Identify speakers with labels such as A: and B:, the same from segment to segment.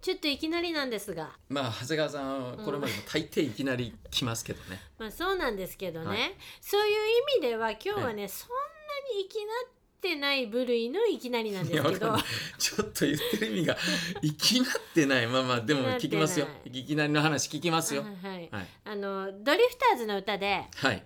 A: ちょっといきなりなんですが
B: まあ長谷川さんはこれまでも大抵いきなり来ますけどね、
A: まあそうなんですけどね、
B: はい
A: そういう意味では今日はねそんなにいきなってない部類のいきなりなん
B: い
A: で
B: や
A: す
B: わ
A: け
B: かん
A: ど
B: ないちょっと言ってる意味がいきなってないまあまあでも聞きますよ
A: いきなって
B: いきなりの話聞きますよ
A: はいはい
B: はい、
A: あのドリフターズの歌で
B: はい、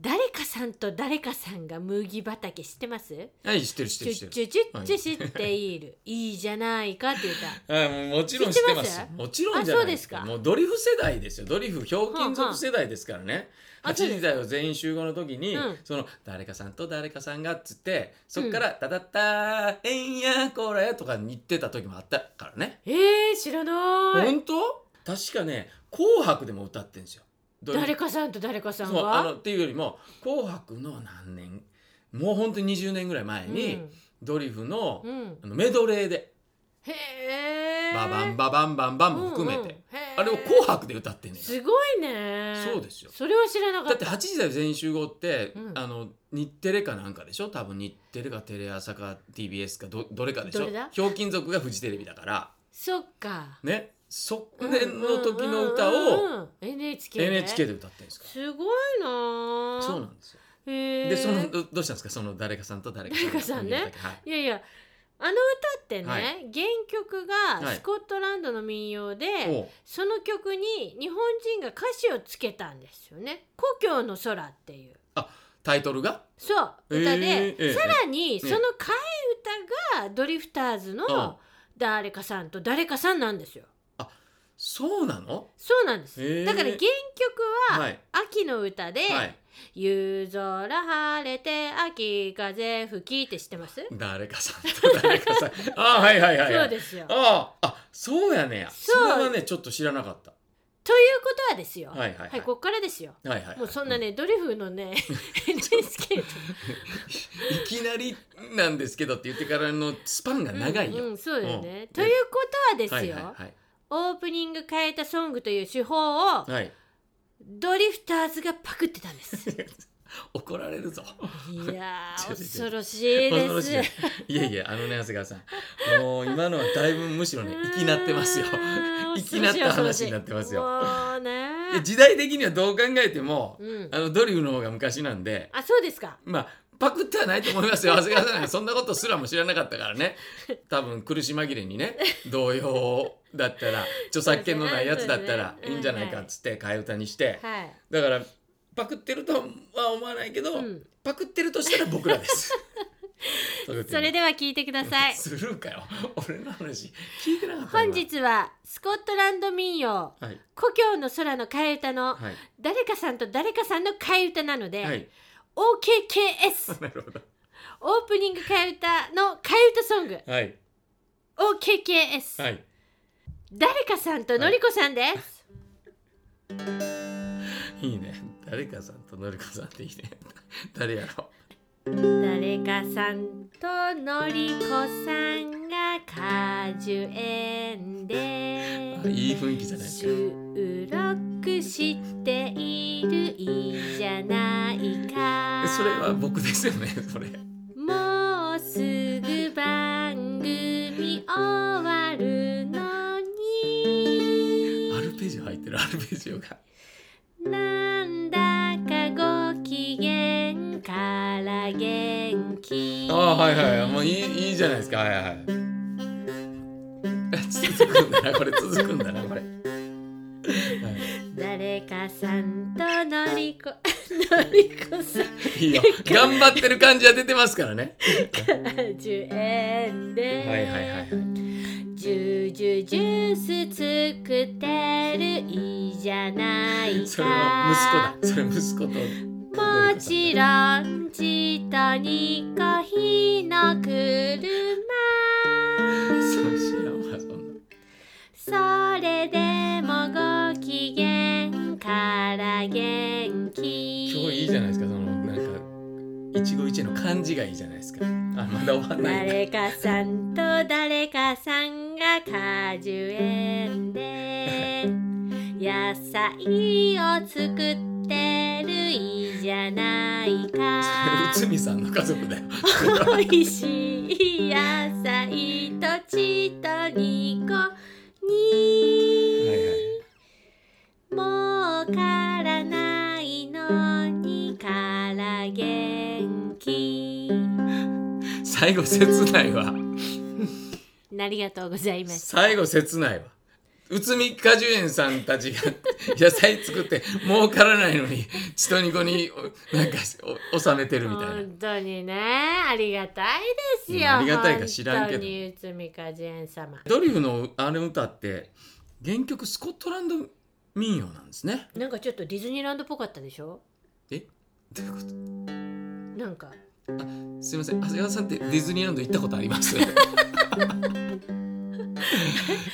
A: 誰かさんと誰かさんが麦畑知ってます
B: はい、知ってる知っ
A: チュ
B: てる
A: ッチ
B: 知っ
A: ュ
B: て
A: チ
B: る
A: ュッチュ知っている、い、いじゃないかって言った
B: あもうもちろん知ってます
A: 知ってます
B: もちろんじゃな
A: あ
B: い
A: そうですか
B: もうドリフ世代ですよドリフひょうきん族世代ですからね
A: はんはん
B: 8時台を全員集合の時に、
A: うん
B: その誰かさんと誰かさんがっつってそっから「タタッターえんやこれ」とかに言ってた時もあったからね
A: えー、知らない
B: 本当確かね「紅白」でも歌ってんですよ。どれ
A: 誰かさんと誰かさん
B: そうあの
A: は
B: っていうよりも「紅白」の何年もう本当に20年ぐらい前に、ドリフの,、
A: うんうん
B: あのメドレーで
A: へ
B: 「
A: え
B: ババンババンバンバン」も含めて、あれを「
A: こ
B: 紅白」で歌ってんねん
A: すごいね
B: そうですよ
A: それは知らなか
B: だ
A: っ
B: って
A: た
B: 8時台全員集合って、
A: うん
B: あの日テレかなんかでしょ多分日テレかテレ朝か TBS かどどれかでし
A: ど
B: ょ
A: れだ
B: ひょうきん族がフジテレビだから
A: そっか
B: ねそれの時の歌を
A: を NHK で
B: NHK で歌ってるんですか
A: すごいな
B: ら
A: ー
B: そうなんですよ
A: へー
B: でそのどどうしたんですかその誰かさんと誰かさん
A: 誰かさんね
B: はい
A: いやいやあの歌ってね、
B: はい
A: 原曲
B: は
A: が
B: い
A: スコットランドの民謡で、
B: おう
A: その曲に日本人が歌詞をつけたんですよね「故郷の空」っていう
B: タイトルが
A: そう
B: えー
A: 歌で、
B: えー
A: さらにそ
B: え
A: の替え歌がドリフターズ
B: うん
A: の誰かさんと誰かさんなんですよ
B: そうなの
A: そうなんです、
B: えー
A: だから原曲
B: は
A: はい秋の歌で「
B: はい
A: 夕空晴れて秋風吹き」って知ってます、
B: 誰かさんと誰 かさんあはいはいはい、は
A: そう
B: い、
A: ですよ
B: あああそうやねやそ
A: そう
B: れはねちょっと知らなかった
A: ということはですよ
B: はいはいはい
A: ここからですよ
B: はいはいはい
A: もうそんなね、ドリフのね NHK と
B: いきなりなんですけどって言ってからのスパンが 長いよ。
A: うんうんそうよね、
B: うん
A: ということはですよ、
B: はいはい
A: オープニング変えたソングという手法を
B: はい、はい、
A: ドリフターズがパクってたんです い
B: 怒られるぞ。
A: やー
B: ちょっと
A: 恐ろしいで
B: 恐ろし
A: す
B: いいやいやあのね長谷川さん、もう今のはだいぶむしろね粋なってますよ。粋なった話になってますよ
A: もう
B: いや
A: ね
B: 時代的にはどう考えても
A: うん
B: あのドリフの方が昔なんで、
A: あそうですか
B: まあパクってはないと思いま すよ長谷川さんなんかそんなことすらも知らなかったからね。多分苦し紛れにね童謡だったら著作権のないやつだったらいいんじゃないかっつって替え歌にして。
A: はい
B: だからパクってるとは思わないけど、
A: うん
B: パクってるとしたら僕 らです。
A: それ
B: で
A: では聞いてください
B: するかよ。俺の話聞いてなかった
A: 本
B: な。
A: 日はスコットランド民謡
B: はい
A: 故郷の空の替え歌の
B: はい
A: 誰かさんと誰かさんの替え歌なので、
B: はい
A: OKKS
B: なるほど
A: オープニング替え歌の替え歌ソング
B: はい
A: OKKS、
B: はい
A: 誰かさんとのりこさんです、
B: いいね誰かさんとのりこさんっていいね誰やろ
A: 誰かさんとのりこさんが果樹園で
B: あいい雰囲気じゃないですか。
A: 収録しているいいじゃないか
B: えそれは僕ですよね それ。
A: もうすぐ番組終わるのに
B: アルペジオ入ってるアルペジオが。
A: なんだかご機嫌から元気
B: ああはいはいもういいいいじゃないですかはいはい。続くんだなこれ続くんだなこれ。はい
A: 誰かさんとのりこのりこさん
B: いいよ。頑張ってる感じは出てますからね。
A: 10円で、
B: はいはいはいはい
A: ジュジュジュース作ってるいいじゃないか
B: それは息子だ。それ息子と。
A: もちろんちとにコーヒーの車
B: そうしよう。そんな
A: それでもご機嫌から元気
B: 今日いいじゃないですか。そのなんか一期一会の感じがいいじゃないですか。あまだ終わんない。
A: 誰かさんと誰かさんが果樹園で野菜を作ってるいいじゃないか
B: 内海さんの家族だよ。
A: 美味しい野菜とチートニコに
B: 最後切ないわ
A: ありがとうございます。
B: 最後切ないわ宇都宮果樹園さんたちが野菜作って儲からないのに血とニコにおなんかお納めてるみたいな
A: 本当にね、ありがたいです
B: うん
A: よ。
B: ありがたいか知らんけど
A: 本当に内海果樹園様。
B: ドリフのあれ歌って原曲スコットランド民謡なんですね
A: なんかちょっとディズニーランドっぽかったでしょ
B: えどういうこと
A: なんか。
B: すいません長谷川さんってディズニーランド行ったことあります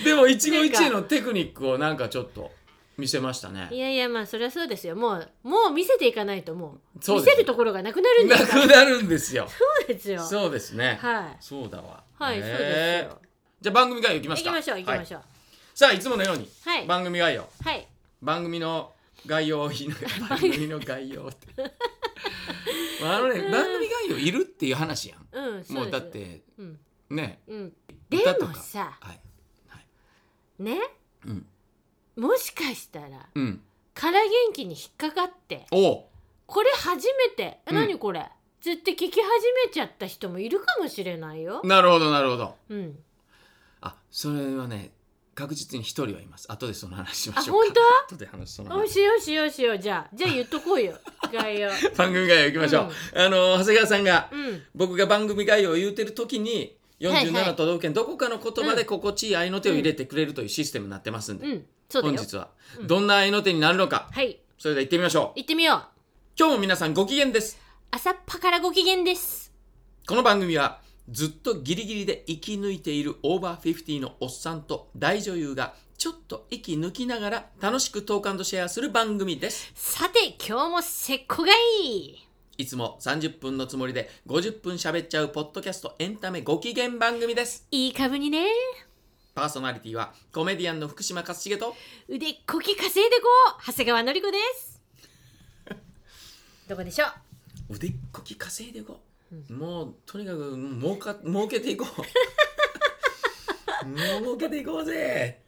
B: でも一期一会のテクニックをなんかちょっと見せました
A: い
B: ね
A: やいや、まあ、そりゃそうですよ。もう、もう見せていかないと、もう。
B: そう
A: 見
B: です
A: せるところがなくなるんで
B: な
A: すから。
B: くなるんですよ
A: そうですよ。
B: そうですね、
A: はい。
B: そうだわ
A: はい、そう
B: ね
A: ですよ。
B: じゃあ番組概要いきます
A: 行き
B: か
A: ましょう、行きま
B: はい
A: しょう。
B: さあいつものように
A: はい。
B: 番組概要
A: はい。
B: 番組の概要を言いながら番組の概要って まああのね番組概要いるっていう話やん
A: うん、そう
B: もう
A: です。
B: だっ。て
A: うん。
B: ね
A: うん。で
B: 歌と
A: も
B: か
A: さ、
B: はいはい
A: ね、
B: うん
A: もしかしたら、
B: うん
A: から元気に引っかかって、
B: おう
A: これ初めて、え
B: うん
A: 何これ、ずっと聞き始めちゃった人もいるかもしれないよ。
B: なるほどなるほど
A: うん。
B: あそれはね確実に一人はいます後でその話しま
A: あ、
B: しょう
A: 本
B: か
A: 当
B: 後で話すその
A: お
B: 話
A: しようしようしようじゃあじゃあ言っとこうよ概要
B: 番組概要いきましょう、あの長谷川さんが
A: うん
B: 僕が番組概要を言うてる時に
A: はいはい
B: 47都道府県どこかの言葉で心地いい合いの手を入れてくれるというシステムになってますんで、
A: うんそうだ
B: 本
A: よ
B: 日は
A: うん
B: どんな合いの手になるのか
A: はい
B: それでは行ってみましょう
A: 行ってみよう
B: 今日も皆さんご機嫌です
A: 朝っぱからご機嫌です
B: この番組はずっとギリギリで生き抜いているオーバーフィフティのおっさんと大女優がちょっと息抜きながら楽しくトークシェアする番組です
A: さて今日もせっこがいい
B: いつも30分のつもりで50分喋っちゃうポッドキャストエンタメご機嫌番組です。
A: いい株にね
B: パーソナリティはコメディアンの福島勝重と
A: 腕っこき稼いでこう長谷川のり子 ですどこでしょう
B: 腕っこき稼いでいこう。もうとにかく儲か儲けていこ う。もう儲けていこうぜ。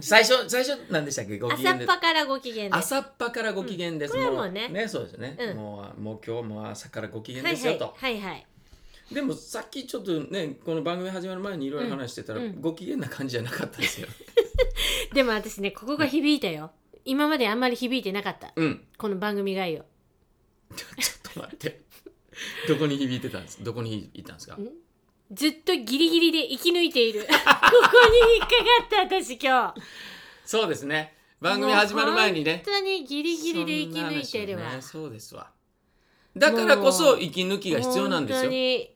B: 最初最初何でしたっけご機
A: 朝
B: 嫌
A: っ
B: です。
A: ぱからご機嫌です
B: 朝っぱからご機嫌で
A: う
B: す。
A: んこれはもう
B: う
A: ね
B: ねそうですね。
A: うん
B: もうもう今日も朝からご機嫌
A: はい
B: ですよと。
A: はいはいはい
B: でもさっきちょっとねこの番組始まる前にいろいろ話してたら、
A: うんうん
B: ご機嫌な感じじゃなかったですよ。
A: でも私ねここが響いたよ今まであんまり響いてなかった
B: うん。
A: この番組概要
B: ちょっと待って。どこに響いてたんです。どこに響いたんですか。
A: ずっとギリギリで生き抜いて いるここに引っかかった私今日
B: そうですね。番組始まる前にね。
A: 本当にギリギリで生き抜いてる
B: そんな話
A: わ、
B: をねそうですわ。だからこそ息抜きが必要なんです
A: 本当
B: よ。
A: に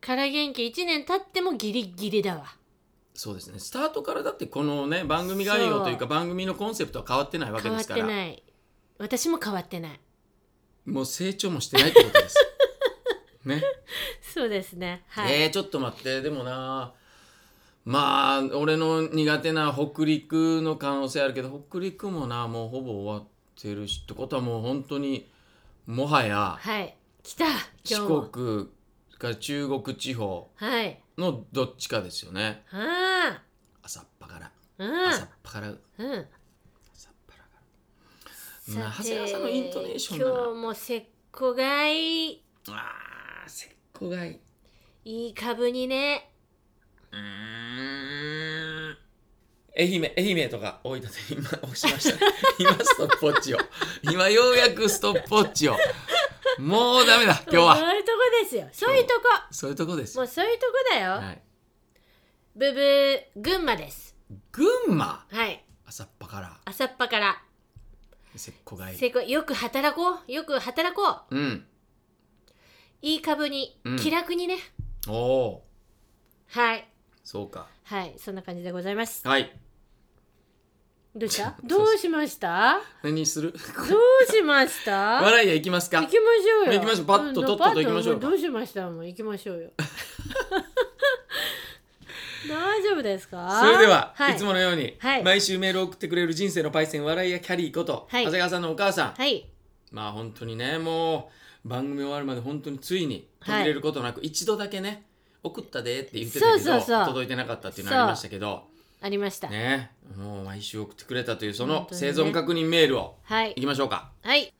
A: から元気1年経ってもギリギリだわ
B: そうですね。スタートからだってこのね番組概要という
A: そ
B: か番組のコンセプトは変わってないわけ
A: 変
B: で
A: わっ
B: すか
A: て
B: ら。
A: ない私も変わってない
B: もう成長もしてないってこ とです。ね。
A: そうですねはい、
B: えー、ちょっと待ってでもなまあ俺の苦手な北陸の可能性あるけど北陸もなもうほぼ終わってるしってことはもう本当にもはや
A: はい来た今日も
B: 四国か中国地方
A: はい
B: のどっちかですよね
A: あ
B: 朝っぱから
A: あう
B: 朝っぱから
A: んうん
B: 朝っぱら
A: さ
B: な長
A: て
B: 谷川さんのイントネーションだな
A: 今日もせっこがいい
B: からあーせっこがいう
A: いい株にね
B: ーん愛媛愛媛とか大分で今押しました ね今ストップウォッチを今ようやくストップウォッチをもうダメだ今日
A: そ
B: は
A: ういうとこですよそういうとこ
B: そういうとこです
A: もうそういうとこだよ、
B: はい
A: ブブー群馬です
B: 群馬
A: はい
B: 朝っぱから
A: 朝っぱから
B: せっこがいい
A: 成功よく働こうよく働こう
B: うん
A: いい株に、
B: うん
A: 気楽にね
B: おお
A: はい
B: そうか
A: はいそんな感じでございます
B: はい
A: どうした
B: そう
A: どうしました
B: 何する
A: どうしました行
B: 笑いやいきますか
A: きましょうよ
B: 行きましょうパッと
A: ん
B: とっとと行きましょう
A: パッともどうしましたもう行きまし ょうよ大丈夫ですか
B: それでは、
A: はい
B: い、つものように、
A: はい
B: 毎週メールを送ってくれる人生のパイセン笑いやキャリーこと、
A: はい
B: 長谷川さんのお母さん、
A: はい
B: まあ本当にねもう番組終わるまで本当についに途切れることなく、一度だけね送ったでって言ってたけど
A: そうそうそう
B: 届いてなかったっていうのありましたけど
A: ありました、
B: ねもう毎週送ってくれたというそ
A: 本
B: の
A: 当にね
B: 生存確認メールを
A: はい
B: いきましょうか
A: はい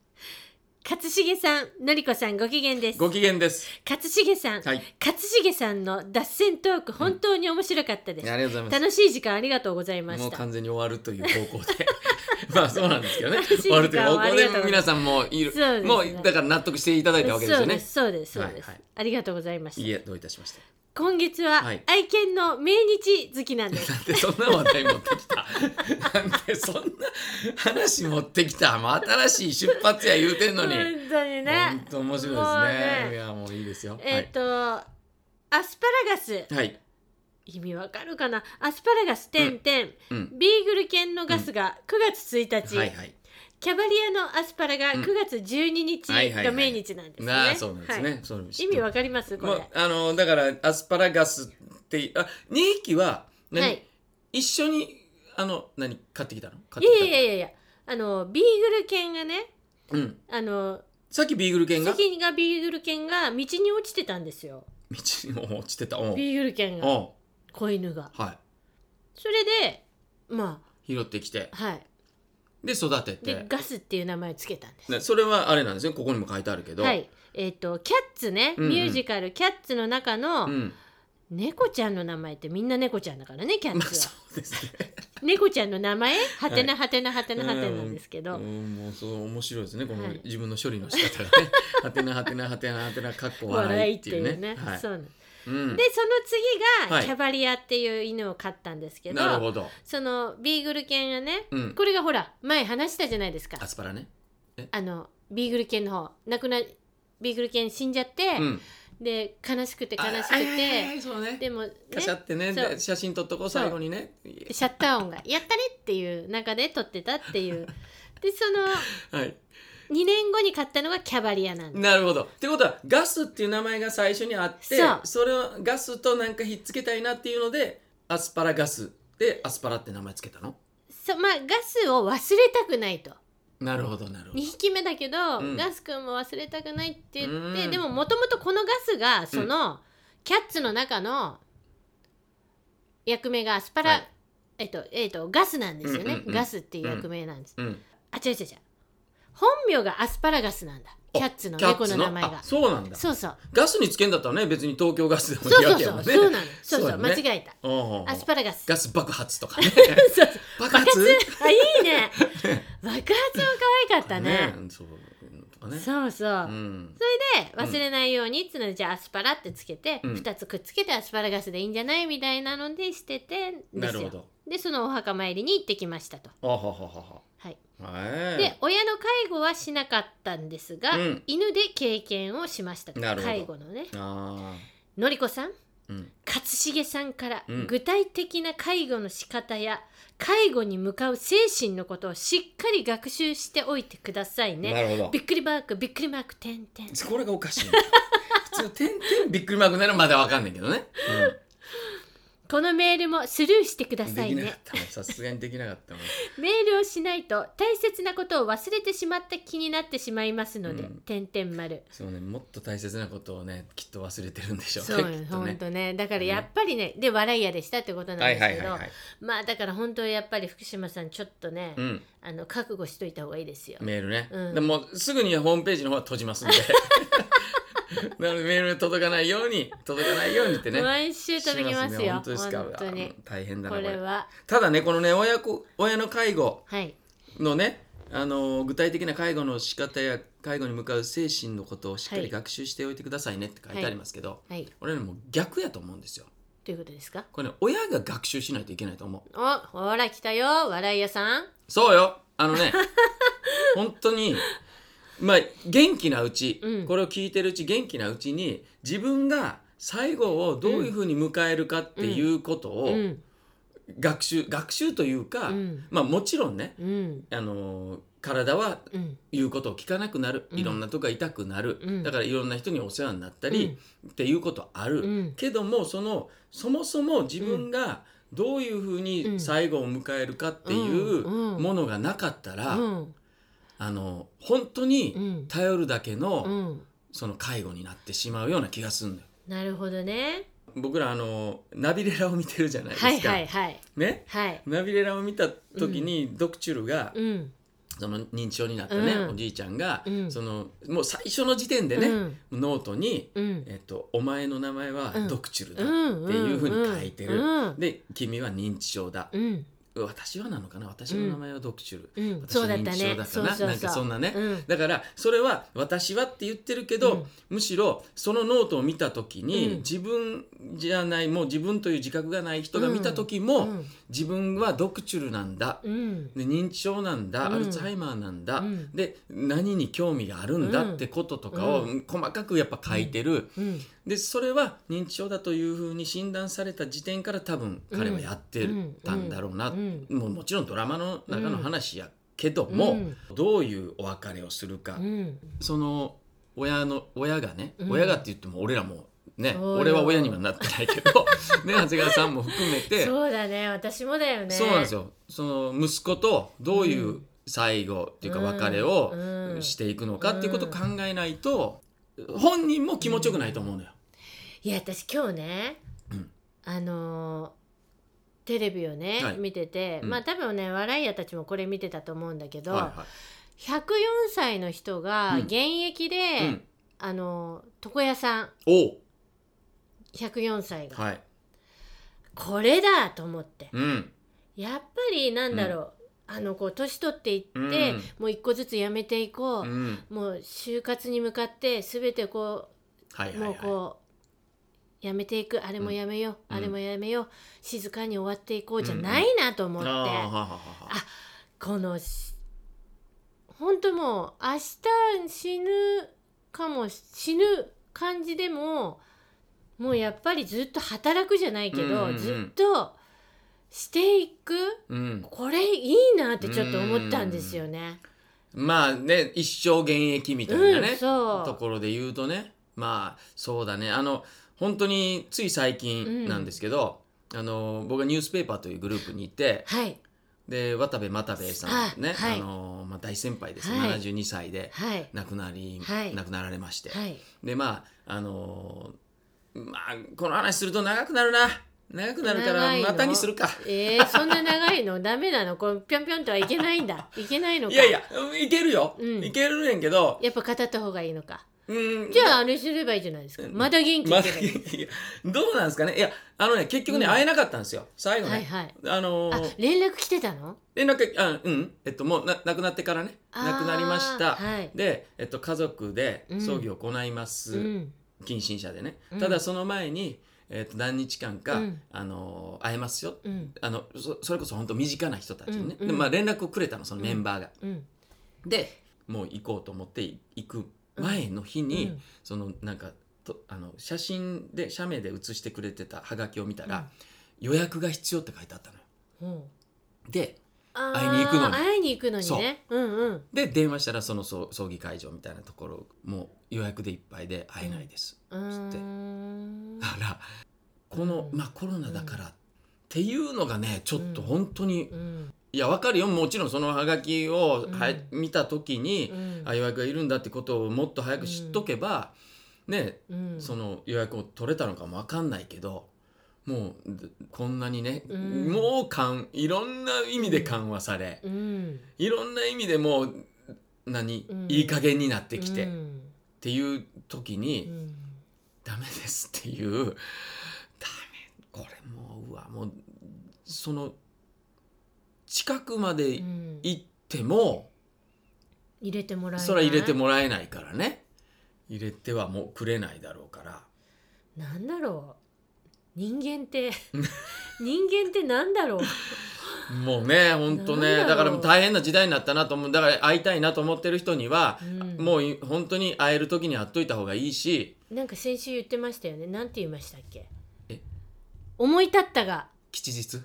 A: 勝重さん、のりこさんご機嫌です。
B: ご機嫌です。
A: 勝重さん、
B: はい。
A: 勝重さんの脱線トーク本当に面白かったです。
B: ありがとうございま。
A: 楽しい時間ありがとうございますし
B: もう
A: た。
B: 完全に終わるという方向で。 まあそうなんですけどね。
A: 楽しい時間
B: 終わるという方
A: をあ
B: 向
A: りがとうございま
B: です皆さんもいる
A: そうですね
B: もうだから納得していただいたわけです
A: そ
B: よ
A: うで
B: ね。
A: す、そうです、そうです。
B: はいはい
A: ありがとうございました。
B: いえどういたしまして。
A: 今月は、
B: はい
A: 愛犬の命日月なん です。
B: なんでそんな話題持ってきた。 なんでそんな話持ってきた。もう新しい出発や言うてんの
A: 本
B: に。
A: 当にね
B: 本。当面白いで
A: もう
B: すね。い
A: ね
B: やもういいですよ。
A: えっ、と、アスパラガス
B: はい。はい。
A: 意味わかるかなアスパラガス点々、
B: うん。
A: ビーグル犬のガスが9月1日、
B: はいはい。
A: キャバリアのアスパラが
B: うん
A: 9月12
B: はい
A: 日
B: はいはい
A: が命日なんですね。
B: なあそうなんです
A: はい
B: ね。そうなんです
A: 意味わかりますこれ、
B: まああのだからアスパラガスってあ2匹は何、
A: はい。
B: 一緒にあの何買ってきたの買
A: い
B: ってきた
A: やいやいやいやあのビーグル犬がね
B: うん、
A: あの
B: さっきビーグル犬が道
A: 先がビーグル犬が道に落ちてたんですよ
B: にも落ちてたうんうん
A: ビーグル犬が子犬が。
B: は
A: それでま
B: い拾ってきて
A: あはい
B: で育て
A: で
B: て
A: ガスっていう名前をつけたんです。
B: ねそれはあれなんですねここにも書いてあるけど、
A: はいえっとキャッツね、
B: うんうん
A: ミュージカル「キャッツ」の中の、
B: うん
A: 猫ちゃんの名前ってみんな猫ちゃんだからねキャ
B: ま
A: ッ
B: あ
A: ツ
B: そ
A: は。
B: うですね
A: 猫ちゃんの名 前はてなはてなはてなはてなんですけど、
B: うんもうそう面白いですねこの
A: はい
B: 自分の処理の仕方がね、はてなはてなはてなはてなかっこ笑
A: 笑
B: い
A: いっ
B: っ
A: てて
B: い
A: いう
B: ね
A: うね。
B: はい
A: そうなんで
B: うん、
A: その次が、
B: はい
A: キャバリアっていう犬を飼ったんですけど
B: なるほど、
A: そのビーグル犬がね
B: うん、
A: これがほら前話したじゃないですか
B: アスパラね、
A: あのビーグル犬の方亡くなビーグル犬死んじゃって、
B: うん、
A: で悲しくて悲しく
B: あはいはいは
A: て
B: いそうね
A: でもね
B: カシャってね
A: そう
B: で写真撮っとこう最後にね
A: シャッター音が「やったね!」っていう中で撮ってたって いうでその
B: はい
A: 2年後に買ったのがキャバリアなんです。
B: なるほどってことはガスっていう名前が最初にあって
A: そう
B: それをガスとなんかひっつけたいなっていうのでアスパラガスでアスパラって名前つけたの
A: そまあガスを忘れたくないと
B: なるほどなるほど
A: 2匹目だけど、
B: うん
A: ガスくんも忘れたくないって言って、
B: うん
A: でももともとこのガスがその、キャッツの中の役名がアスパラ、
B: はい
A: えっとえっとガスなんですよね、
B: うんうんうん
A: ガスっていう役名なんです、
B: うん
A: あ違う違う違う本名がアスパラガスなんだキャッツの
B: キャッ
A: 猫
B: ツ
A: の名前が
B: あそうなんだ
A: そうそう
B: ガスにつけんだったらね別に東京ガスでも
A: そう
B: いい
A: そ
B: わ
A: う
B: け
A: そ
B: や
A: う
B: も
A: そう
B: んね
A: なのそう
B: そう
A: そう
B: だね
A: 間違えた
B: おうおうおう
A: アスパラガス
B: ガス爆発とか ね
A: そうそう
B: 爆発
A: あいい ね爆発も可愛かったね
B: そういうのとかね
A: そうそう、
B: うん
A: で忘れないようにっつうのでじゃあアスパラってつけて、
B: うん
A: 2つくっつけてアスパラガスでいいんじゃないみたいなのでしててんで
B: な
A: す
B: るほ
A: よ
B: ど
A: でそのお墓参りに行ってきましたと。
B: あははは
A: はい、
B: はは
A: で親の介護はしなかったんですが、
B: うん
A: 犬で経験をしましたと
B: なるほど
A: 介護のね。
B: あ
A: のりこさん
B: あうん
A: 勝重さんから
B: うん
A: 具体的な介護の仕方や介護に向かう精神のことをしっかり学習しておいてくださいね。
B: なるほど
A: びっくりマークびっくりマーク点々。
B: これがおかしいな普通点々びっくりマークならまだわかんないけどね、
A: このメールもスルーしてく
B: う
A: だ
B: ん、
A: さ
B: でき
A: い
B: なか
A: ね
B: っ。たもんさすがにできなかったもん
A: メールをしないと大切なことを忘れてしまった気になってしまいますので、
B: うん
A: 点々丸
B: そうねもっと大切なことをねきっと忘れてるんでしょうね
A: そうよ
B: きっと
A: ほん
B: ね
A: とねだからやっぱりね、で笑い屋でしたってことなん
B: は
A: で
B: い
A: す
B: は
A: け
B: いはい
A: ど
B: はい、
A: まあだから本当やっぱり福島さんちょっとね、
B: うん、
A: あの覚悟しといた方がいいですよ、
B: メールね、
A: うん
B: でもすぐにはホームページの方は閉じますん でなのでメール届かないように届かないようにってね
A: 毎週届きます
B: しね
A: よ
B: 本当ですか
A: 本当
B: うわ
A: に
B: 大変だ
A: こ
B: なこれ
A: れは
B: ただねこのね親子親の介護
A: はい
B: のね、あの具体的な介護の仕方や介護に向かう精神のことをしっか
A: は
B: り
A: い
B: 学習しておいてくださいねって書いてありますけど、
A: はい
B: 俺らもう逆やと思うんですよ。
A: ということですか
B: これね親が学習しないといけないと思う。
A: おほら来たよ笑い屋さん
B: そうよあのね 本当にまあ元気なうち、
A: うん
B: これを聞いてるうち元気なうちに自分が最後をどういうふうに迎えるかっていうこと
A: う
B: を
A: ん
B: 学習、学習というか、
A: うん
B: まあもちろんね、
A: うん
B: あの体は
A: うん
B: 言うことを聞かなくなる、
A: うん
B: いろんなとこが痛くなる、
A: うん
B: だからいろんな人にお世話になったり、っていうことある、
A: うん
B: けどもそのそもそも自分がどういうふうに最後を迎えるかっていう
A: うんうん
B: ものがなかったら、
A: うん
B: あの本当
A: う
B: に
A: ん
B: 頼るだけの、
A: うん
B: その介護になってしまうような気がするんだよ。
A: なるほどね
B: 僕らあのナビレラを見てるじゃないですか。
A: はいはいはい
B: ね
A: はい
B: ナビレラを見た時に、ドクチュルが
A: うん
B: その認知症になったね、
A: うん
B: おじいちゃんが、
A: うん
B: そのもう最初の時点でね、
A: うん
B: ノートに、
A: うん
B: えっと「お前の名前は
A: うん
B: ドクチュルだ」
A: うん
B: っていうふうに書いてる
A: うん
B: で「君は認知症だ」
A: うん
B: 私はなのかな私の名前はドクチュル」
A: うん、
B: 私
A: そうだ
B: は
A: った
B: 認知症
A: ね
B: だか
A: そう
B: な
A: そうそう
B: なんかそんなね、
A: うん
B: だからそれは「私は」って言ってるけど、
A: うん
B: むしろそのノートを見た時に、
A: うん
B: 自分じゃないもう自分という自覚がない人が見た時
A: う
B: も、
A: ん
B: 自分はドクチュルなんだ、
A: うん
B: で認知症なんだ、
A: うん
B: アルツハイマーなんだ、
A: うん
B: で何に興味があるんだ
A: うん
B: ってこととかを
A: う
B: 細かくやっぱ書いてる、
A: うん
B: でそれは認知症だというふうに診断された時点から多分彼はやってたんだろうな、
A: うん
B: もうもちろんドラマの中の話やけども、どういうお別れをするか、
A: うん
B: その親の親がね、
A: うん
B: 親がって言っても俺らもね
A: そうよ
B: 俺は親にはなってないけ どね長谷川さんも含めて
A: そうだね私もだよね
B: そうなんですよその息子とどういううん最後っていうか別れを
A: うんうん
B: していくのかっていうことを考えないと本人も気持ちよくないと思うのよ。
A: いや私今日ね、
B: うん
A: あのーテレビをね、
B: はい
A: 見てて、
B: うん
A: まあ多分ね笑い屋たちもこれ見てたと思うんだけど、
B: はいは
A: 104歳の人が
B: うん
A: 現役で、
B: いうん、
A: あのー床屋さん
B: おう
A: 104歳が、
B: はい、
A: これだと思って、
B: うん
A: やっぱりなんだろう、あのこう年取っていって、
B: うん
A: もう一個ずつやめていこ
B: う
A: う、
B: ん、
A: もう就活に向かって全てこう
B: はいはいは
A: もう
B: い。
A: こうやめていくあれもやめよう、
B: うん
A: あれもやめよう静かに終わっていこうじゃ
B: うん
A: ないなと思って、
B: あーはははは
A: あこのし本当もう明日死ぬかもし死ぬ感じでももうやっぱりずっと働くじゃないけど、
B: うんうんうん
A: ずっとしていく
B: うん、
A: これいいなってちょっと思ったんですよね。
B: まあね一生現役みたいなね、
A: うんそう
B: ところで言うとねまあそうだねあの本当につい最近なんですけど、あの僕がニュースペーパーというグループにいて
A: はい
B: で渡部又兵衛さんね
A: あはい
B: あのまあ、大先輩です、
A: はい
B: 72歳で
A: はい
B: 亡くなり、
A: はい
B: 亡くなられまして、
A: はい
B: でまああのまあこの話すると長くなるな長くなるか
A: 長
B: ら
A: いの
B: またにするか。
A: えー、そんな長いのダメなのこうぴょんぴょんとはいけないんだいけないのか
B: いやいやうんいけるよ、
A: うん
B: いけるねんけど、
A: やっぱ語った方がいいのか
B: うん、
A: じゃああれすればいいじゃないですかまだ元気
B: ま
A: っ
B: だ
A: て
B: いやどうなんですかねいやあのね結局ね、
A: うん
B: 会えなかったんですよ最後ね、
A: はいはい
B: あの
A: あ
B: ー、
A: 連絡来てたの
B: 連絡あうんえっともうな亡くなってからね
A: あー
B: 亡くなりました、
A: はい
B: で、えっと、家族で
A: うん
B: 葬儀を行います、
A: うん
B: 近親者でね、
A: うん
B: ただその前に、えっと、何日間か、
A: うん
B: あのー会えますよ
A: うん
B: あのそそれこそ本当身近な人たちにね、
A: うん
B: でまあ、連絡をくれたのそのメンバーが、
A: うん
B: でもう行こうと思ってい行く前の日に、
A: うん
B: そのなんかとあの写真で写メで写してくれてたハガキを見たら、予約が必要って書いてあったのよ。
A: うん
B: で
A: あー
B: 会いに行くのに
A: 会いに行くのにねうんうん
B: で電話したらその葬葬儀会場みたいなところもう予約でいっぱいで会えないです。
A: うーん
B: だからこの、
A: うん
B: まあ、コロナだから、っていうのがねちょっと本当に、
A: うん
B: いやわかるよもちろんそのハガキを、は
A: うん
B: 見た時に、
A: うん
B: あ予約がいるんだってことをもっと早く知っとけば、ね
A: うん
B: その予約を取れたのかも分かんないけどもうでこんなにね、
A: うん
B: もうかんいろんな意味で緩和され、
A: うん
B: いろんな意味でもう何、
A: うん
B: いい加減になってきて、
A: う
B: っ
A: ん
B: ていう時に、
A: うん
B: ダメですっていうダメこれもううわもうその近くまで
A: うん
B: 行っても、
A: 入れてもらえない
B: それは入れてもらえないからね入れてはもうくれないだろうから。
A: なんだろう人間って 人間ってなんだろう
B: もうね本当ね
A: なんだろう
B: だからもう大変な時代になったなと思うだから会いたいなと思ってる人には、
A: うん
B: もうい本当に会える時に会っといた方がいいし
A: なんか先週言ってましたよね。なんて言いましたっけ
B: え。
A: 思い立ったが。
B: 吉日 そ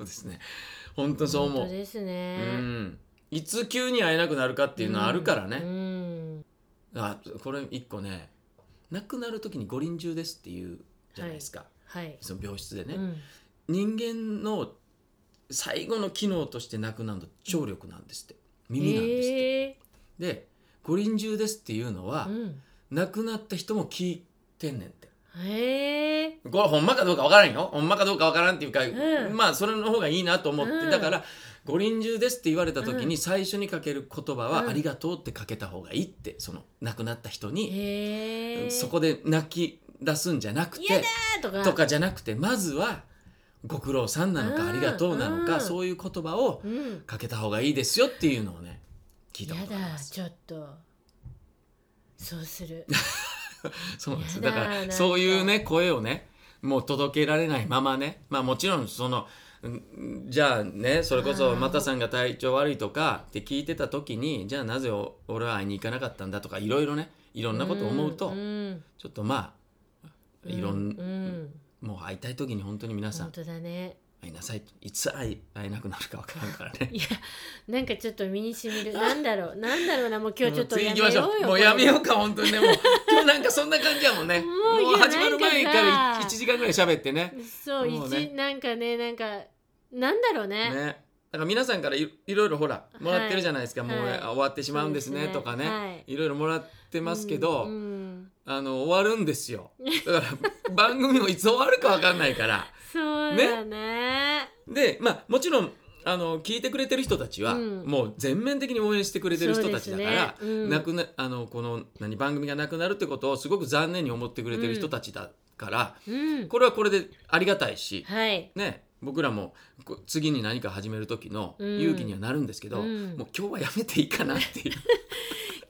B: うですね本当そう思
A: 本
B: う
A: 当、です
B: う
A: ね。
B: ん、いつ急に会えなくなるかっていうのはあるからね、
A: うん
B: あこれ一個ね亡くなる時に五輪中ですっていうじゃないですか、
A: はい。
B: その病室でね、
A: うん
B: 人間の最後の機能としてなくなるの聴力なんですって耳なんですって、
A: え
B: で五輪中ですっていうのは、
A: ーうん
B: 亡くなった人も聞いてんねんって
A: へえ。
B: これほんまかどうかわからんよほんまかどうかわからんっていうか、
A: うん
B: まあそれの方がいいなと思って、
A: うん
B: だから「ご臨終です」って言われた時
A: う
B: に最初にかける言葉
A: うん
B: は「ありがとう」ってかけた方がいいってその亡くなった人に
A: へえ
B: そこで泣き出すんじゃなく
A: 嫌
B: て
A: だーとか
B: とかじゃなくてまずは「ご苦労さん」なの
A: うん
B: か「ありがとう」なの
A: う
B: か
A: ん
B: そういう言葉を
A: うん
B: かけた方がいいですよっていうのをね聞いた
A: 嫌
B: ことがあり
A: だ
B: ます
A: ちょっとそうする
B: そうなんです
A: やだ
B: だ
A: ー
B: か
A: なん
B: ら
A: か
B: そういうね声をねもう届けられないままねまあもちろんそのうんじゃあねそれこ
A: あ
B: そ
A: ー
B: マタさんが体調悪いとかって聞いてた時にじゃあなぜお俺は会いに行かなかったんだとかいろいろねいろんなことを思うと、
A: んん
B: ちょっとまあいろ
A: うう
B: ん、
A: ん、
B: もう会いたい時に本当に皆さ
A: 本
B: ん
A: 当だね
B: 会いなさいといつ会い会えなくなるかわからんからね
A: いやなんかちょっと身にしみ るなんだろうなんだろうなも う今日ちょっと
B: もう次
A: やめよ
B: 行きま
A: う
B: しょ
A: よ
B: うもうやめよ
A: こ
B: うか本当にねもう今日なんかそんな感じやもんねも
A: ういや
B: う始まる前か
A: なん
B: ら
A: かさ
B: 1時間ぐらい喋ってね
A: れそう
B: もうね
A: 一なんかねなんかなんだろうね
B: ね、だから皆さんからいいろいろほらもらってるじゃないですか、
A: はい
B: もう
A: はい
B: 終わってしまうんですね
A: そうですね
B: とかね、
A: はい
B: い、ろいろもらってますけど、
A: うんうん
B: あの終わるんですよだから 番組もいつ終わるかわかんないから
A: そうだね
B: でまあもちろんあの聞いてくれてる人たちは、
A: うん
B: もう全面的に応援してくれてる人たちだから、
A: そうですねうん
B: なくなあのこの何番組がなくなるってことをすごく残念に思ってくれてる人たちだから、
A: うん
B: これはこれでありがたいし、
A: はい
B: ね、僕らもこう次に何か始める時の勇気にはなるんですけど、
A: うん
B: もう今日はやめていいかなっ ていう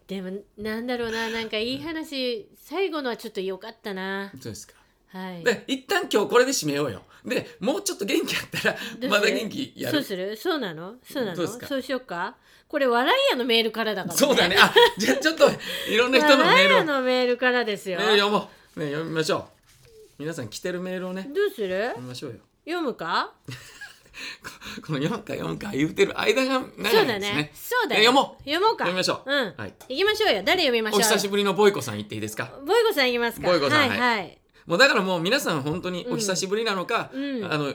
A: でもなんだろうななんかいい話最後のはちょっと良かったな
B: そうですか
A: はい
B: で一旦今日これで締めようよでもうちょっと元気あったら
A: どうする
B: まだ元気や
A: そう
B: る
A: するそうなのそうなの
B: どうですか
A: そうしようかこれ笑い屋のメールからだから、
B: そうだねあじゃあちょっといろんな人のメ
A: 笑い
B: ールを
A: 屋のメールからですよ
B: メール読もう、ね、読みましょう皆さん来てるメールをね
A: どうする
B: 読みましょうよ
A: 読むか
B: この4回4回言うてる間が長
A: そ
B: いう
A: だ
B: ですね
A: ねそうだ
B: え
A: よ
B: 読もう
A: 読もうか
B: 読みましょう
A: うん、
B: はい
A: 行きましょうよ誰読みましょ
B: お
A: う
B: 久しぶりのボイコさん言っていいですか
A: ボイゴさん行きますか
B: ボイゴさん
A: はい
B: は
A: はい
B: もうだからもう皆さん本当にお久しぶりなのか、
A: うん
B: あの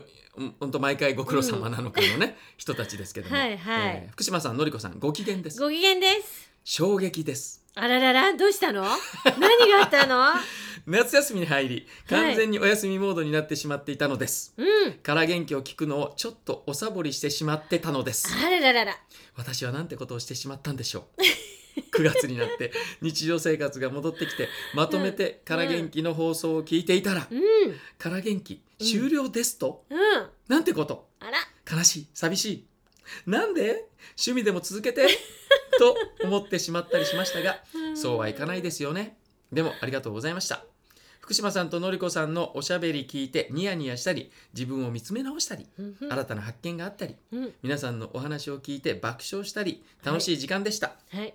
B: 本当毎回ご苦労様なのかのね、人たちですけども
A: はいはい
B: ー福島さんのりこさんご機嫌です
A: ご機嫌です
B: 衝撃です
A: あらららどうしたの何があったの
B: 夏休みに入り
A: はい
B: 完全にお休みモードになってしまっていたのです、
A: うん
B: から元気を聞くのをちょっとおサボりしてしまってたのです
A: あらららら
B: 私はなんてことをしてしまったんでしょう9月に なって日常生活が戻ってきてまとめてから元気の放送を聞いていたら
A: うん
B: 「から元気終了ですと」
A: うん
B: なんてこと
A: あら
B: 悲しい寂しいなんで趣味でも続 けてと思ってしまったりしましたがそうはいかないですすよねでもありがとうございました福島さんとのりこさんのおしゃべり聞いてニヤニヤしたり自分を見つめ直したり
A: うん
B: 新たな発見があったり
A: うん
B: 皆さんのお話を聞いて爆笑したり楽しい時間でした、
A: はい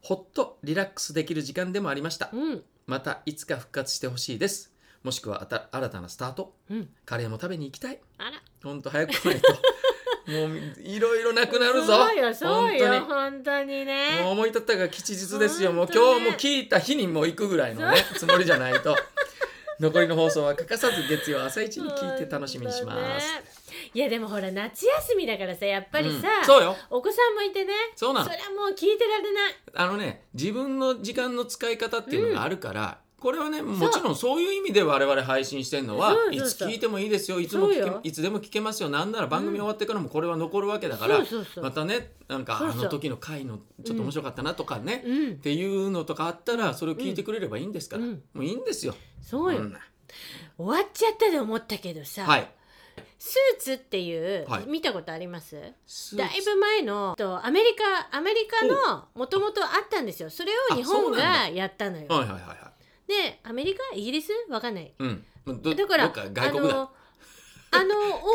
B: ほっとリラックスできる時間でもありました
A: うん
B: またいつか復活してほしいですもしくはあた新たなスタート
A: うん
B: カレーも食べに行きたい
A: あら
B: ほんと早く来ないと もういろいろなくなるぞ
A: そうよそうよ
B: 本
A: 本当に
B: 当にもう
A: ね
B: 思い立ったが吉日ですよ、もう
A: 本当
B: 今
A: ね
B: 日も聞いた日にもう行くぐらいのねつもりじゃないと残りの放送は欠かさず月曜朝一に聞いて楽しみにします、
A: 本当ねいやでもほら夏休みだからさやっぱりさ、
B: うんそうよ
A: お子さんもいてね
B: そうなの
A: それはもう聞いてられない
B: あのね自分の時間の使い方っていうのがあるから、これはねもちろんそういう意味で我々配信してるのは
A: そうそう
B: いつ
A: そう
B: 聞いてもいいですよいつも聞
A: そうよ
B: けいつでも聞けますよなんなら番組終わってからもこれは残るわけだから、
A: そうそうそう
B: またねなんか
A: そう
B: あ
A: そう
B: の時の回のちょっと面白かったなとかね、
A: うん
B: っていうのとかあったらそれを聞いてくれればいいんですから、
A: うん
B: もういいんですよ。
A: そうよ、
B: んな
A: 終わっちゃったで思ったけどさ、
B: はい。
A: スーツっていう、
B: はい
A: 見たことあります
B: スーツ
A: だいぶ前のとアメリカアメリカのもともとあったんですよそれを日
B: あそ
A: 本
B: うなん
A: が
B: だ
A: やったのよ
B: はいはいはいは
A: でアメリカイギリスわかんない
B: い。うん。ど
A: だから
B: どっか外国
A: あ
B: だ。
A: のあの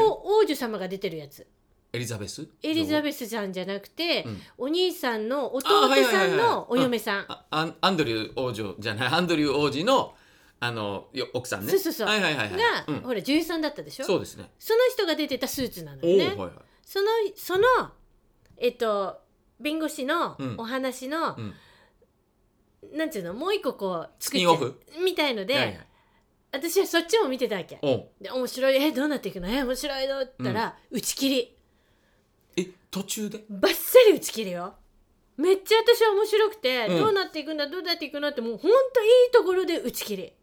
A: お王女様が出てるやつ
B: エリザベス。
A: エリザ
B: ス。
A: ベスさんじゃなくて、
B: うん
A: お兄さんの弟
B: あはいはい
A: さ
B: はいは
A: ん
B: い
A: のお嫁さん、
B: あアンアンドリュー王女じゃないアンドリュー王子のあのよ奥さんね。
A: そうそうそう
B: はいはいはいは
A: が、
B: い。うん
A: ほら女優さんだったでしょそ
B: そうですね。
A: の人が出てたスーツなの
B: お
A: よ
B: お、
A: ね
B: はいはい。
A: そのそのえっと弁護士の
B: うん
A: お話の、
B: うん
A: なんていうのもう一個こう
B: スピンオフ
A: 作っちゃうみたいので、
B: はいはい
A: 私はそっちも見てたわけ
B: おう
A: で面白いえどうなっていくのえ面白いのって言ったら、打ち切り
B: え途中で。
A: バッサリ打ち切るよめっちゃ私は面白くて、
B: うん
A: どうなっていくんだどうなっていくんだってもうほんといいところで打ち切り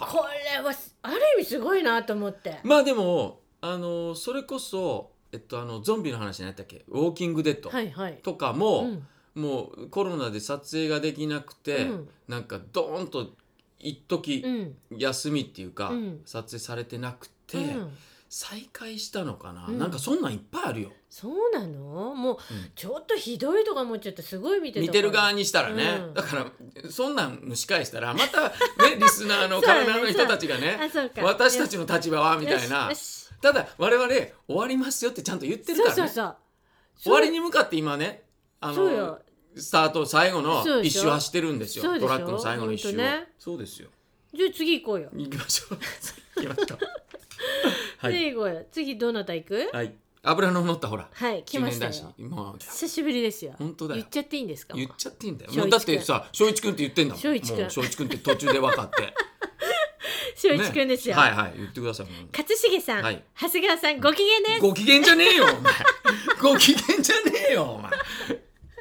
A: これはすある意味すごいなと思って、
B: まあでもあのそれこそ。えっとあのゾンビの話何やったっけ「ウォーキングデッド
A: はいはい」
B: とか
A: う
B: も、
A: ん
B: もうコロナで撮影ができなくて、
A: うん
B: なんかドーンと一時
A: うん
B: 休みっていうか、
A: うん
B: 撮影されてなくて、
A: うん
B: 再開したのかな、
A: うん
B: なんかそんなんいっぱいあるよ、
A: そうなのもう
B: うん
A: ちょっとひどいとか思っちゃってすごい見てた
B: 見てる側
A: に
B: にしたらね、
A: うん
B: だからそんなん蒸し返したらま たねリスナーの
A: そうだね
B: 体の人たちがね
A: あそうか
B: 私たちの立場はみたいな
A: よしよ
B: ただ我々終わりますよってちゃんと言って
A: し
B: るか
A: そう
B: らね
A: そうそう
B: 終わりに向かって今ねあ
A: そう
B: の
A: よ
B: スタート最後の
A: そうで
B: 一
A: しょ
B: 周走ってるんですよ
A: そうでしょ
B: トラックの最後の一周を、
A: ほんとね
B: そうですよ
A: じゃあ次行こうよ、
B: 行きましょう行きまし ょうはい、
A: 次行こうよ次どなた行く
B: はい、油の乗ったほら
A: はい来ました
B: 中
A: よ
B: 年男子もう
A: 久しぶりですよ
B: 本当だよ
A: 言っちゃっていいんですか
B: 言っちゃっていいんだよ
A: 正一
B: もうだってさ翔一君って言ってんだもん
A: 正一君
B: もう翔一君って途中で分 かって
A: しょういちくんですよ、
B: はいはい言ってくださいもう
A: 勝重さん、
B: はい
A: 長谷川さんご機嫌です
B: ご機嫌じゃねえよお前ご機嫌じゃねえよお前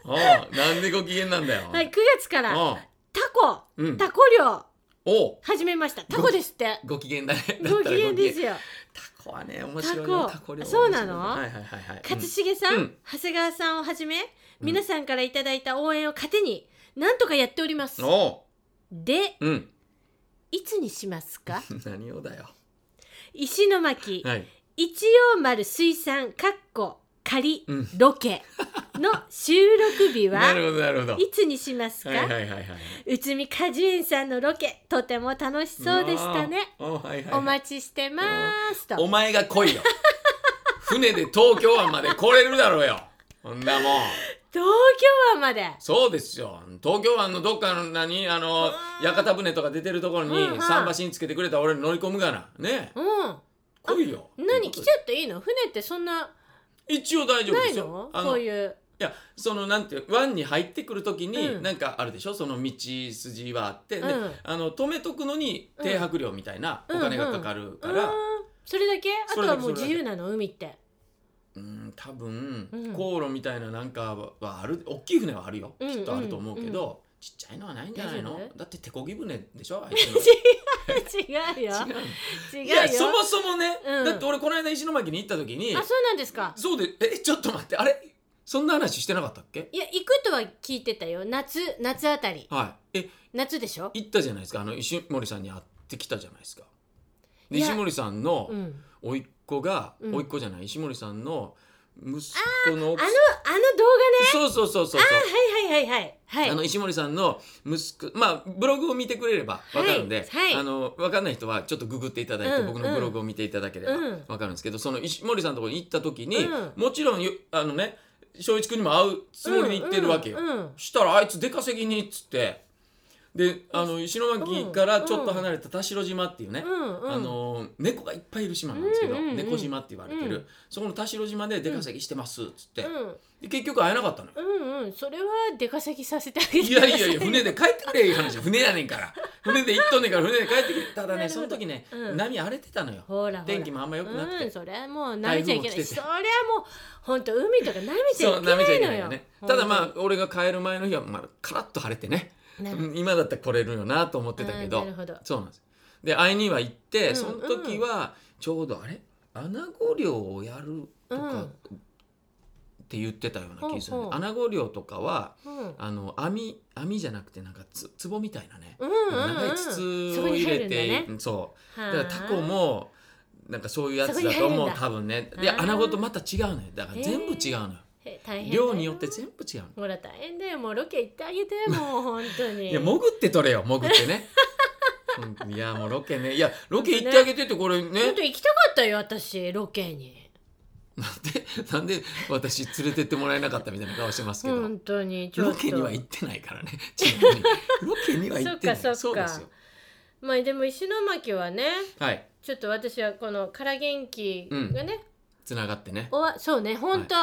B: おうなんでご機嫌なんだよお
A: は
B: 前
A: い9月から
B: おう
A: タコ
B: うん
A: タコ漁
B: おう
A: 始めましたタコですって
B: ご機嫌だねだった
A: ご
B: ら
A: 機嫌ですよ
B: タコはね面白いよ
A: タコ
B: タコ料理
A: そうなの
B: はいはいはいはい
A: 勝重さん、
B: うん
A: 長谷川さんをはじめ
B: ん
A: 皆さんからいただいた応援を糧になんとかやっております
B: うんお
A: で
B: ううん
A: いつにしますか
B: 何をだよ
A: 石巻
B: はい
A: 一葉丸水産かっこ仮
B: うん
A: ロケの収録日は
B: なるほどなるほどはい
A: つにしますか、
B: いはいはいはいう
A: つみ果樹園さんのロケとても楽しそうでしたね
B: おうはいはいはい
A: お待ちしてますと
B: お前が来いよ 船で東京湾まで来れるだろうよほんなもん
A: 東京湾まで
B: そうですよ東京湾のどっかの何あの
A: うん
B: 屋形船とか出てるところ
A: うんう
B: に
A: ん
B: 桟橋につけてくれたら俺乗り込むがなね
A: う
B: 来いよ
A: ん何来ちゃっていいの船ってそんな
B: 一応大丈夫
A: な
B: で
A: い
B: すよ
A: の
B: あ
A: こ
B: の
A: う
B: い
A: いう
B: やそのなんていう湾に入ってくる時に、
A: うん
B: なんかあるでしょその道筋はあって、で
A: うん
B: あの止めとくのに停泊料みたいな
A: うん
B: お金がかかる
A: う
B: か
A: ー
B: ら、
A: んそれだけあ
B: そ
A: と
B: れだけ
A: はもう自由なの海 って
B: うん多分、
A: うん
B: 航路みたいななんかはある大きい船はあるよ、
A: うん
B: きっとあると思うけど、ちっちゃいのはないんじゃない
A: 大
B: の
A: 丈夫
B: だって手こぎ船でし ょあいつ
A: 違うよ違
B: の違う
A: う
B: い
A: よ
B: やそもそもね、
A: うん
B: だって俺この間石巻に行った時に
A: あそうなんですか
B: そうでえちょっと待ってあれそんな話してなかったっけ
A: いや行くとは聞いてたよ夏夏あたり
B: はいえ
A: 夏でしょ
B: 行ったじゃないですかあの石森さんに会ってきたじゃないですかで
A: いや
B: 石森さんの
A: うん
B: 甥っ子が、
A: うん
B: 甥っ子じゃない石森さんの息子の
A: あの
B: 奥
A: あ
B: さ
A: の
B: ん
A: 動
B: そうそうそうそうそう
A: 画ねはいはいはいはいはい
B: あの石森さんの息子まあブログを見てくれればわかるんで、
A: はいはい
B: あのわかんない人はちょっとググっていただいて、
A: うん
B: 僕のブログを見ていただければ
A: うん
B: わかるんですけど、その石森さんのところに行った時に、
A: うん
B: もちろんよあのね翔一君にも会うつもりで行ってるわけよ。
A: うんうんうん
B: したらあいつ出稼ぎにっつってであの石巻からちょっと離れた田代島っていうね、
A: うんうん
B: あの猫がいっぱいいる島なんですけど、
A: うんうんうん
B: 猫島って言われてる、
A: うん
B: そこの田代島で出稼ぎしてますっつって、
A: うん
B: で結局会えなかったのよ。
A: うんうんそれは出稼ぎさせてあげて
B: いやいやいや船で帰ってくれいう話船やねんから船で行っとんねんから船で帰ってくれただ
A: なる
B: ね
A: ほど
B: その時ね、
A: うん
B: 波荒れてたのよ
A: ほらほら
B: 天気もあんま良くなくて、
A: うんそれはもう舐めちゃいけない
B: 台風も来てて
A: それはもう本当海とか舐めちゃい
B: そう
A: けない
B: 舐めちゃいけ
A: の
B: ない
A: よ
B: よねただ
A: 本
B: まあ俺が帰る前の日はまあカラッと晴れてね、
A: 当に
B: うん今だったら来れるよなと思ってたけ
A: あ
B: ど
A: ーなるほど
B: そうなんですで会いには行って、
A: うん
B: その時はちょうどあれ穴子漁をやると
A: う
B: か
A: ん
B: って言ってたような気がする、ね
A: ほうほう
B: 穴子漁とかは
A: うん
B: あの網網じゃなくてなんかつ壺みたいなね、
A: うんうんうん
B: 長い筒を入れて
A: そこに入るんだね
B: そう
A: はあ
B: だからタコもなんかそういうやつだ
A: そこ
B: と
A: に入る
B: 思
A: ん
B: う
A: だ
B: 多分ねで
A: あー
B: 穴子とまた違うのよだから
A: へー
B: 全部違うのよ
A: へ大変だよ
B: 量によって全部違うの
A: ほら大変だよもうロケ行ってあげてもう本当に
B: いや潜って取れよ潜ってね 本当にいやもうロケねいやロケ行ってあげてってこれね
A: 本当行きたかったよ私ロケに
B: なんで私連れてってもらえなかったみたいな顔してますけど
A: 本当にちょっと
B: ロケには行ってないからねちなみにロケには行ってな い
A: そっかそっ
B: うで
A: か
B: すよ
A: まあでも石巻はね
B: はい
A: ちょっと私はこのから元気がね、
B: つながってね
A: おわそうね本当、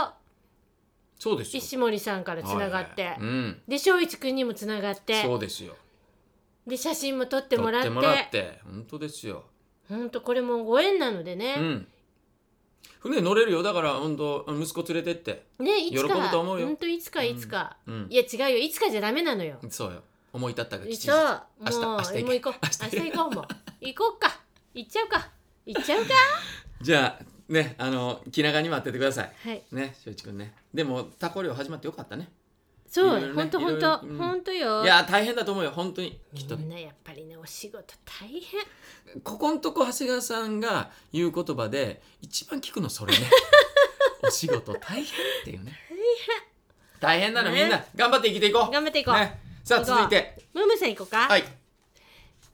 B: そうですよ
A: 石森さんからつながって、
B: はいはいうん
A: で翔一くんにもつながって
B: そうですよ
A: で写真も撮ってもらって
B: 取ってもらって本当ですよ
A: ほんとこれもご縁なのでね
B: う、ん、船乗れるよだから本当あの息子連れてって、
A: ねいつか
B: 喜ぶと思うよ
A: ほんといつかいつか、
B: うん
A: い、や違うよいつかじゃダメなのよ
B: そうよ思い立ったが吉日
A: そう
B: 明日
A: もう
B: 明日行け
A: もう行こう明
B: 明日
A: 日行こうもう行こうか行っちゃうか行っちゃうか
B: じゃあねあの気長に待っててください
A: はい
B: ねしゅういちくんねでもタコ漁始まってよかったね
A: そ
B: いろいうろ
A: 本
B: ね
A: 当
B: いろ
A: 本
B: いろ
A: 当
B: うん
A: 本当よ
B: いやー大変だと思うよ本当にきっと
A: みんなやっぱりねお仕事大変
B: ここんとこ長谷川さんが言う言葉で一番聞くの それねお仕事大変っていうね大変なのみんな
A: ね
B: 頑張って生きていこう
A: 頑張っていこう
B: ねさあ
A: 行こう
B: 続いて
A: ムームーさん行こうか、
B: はい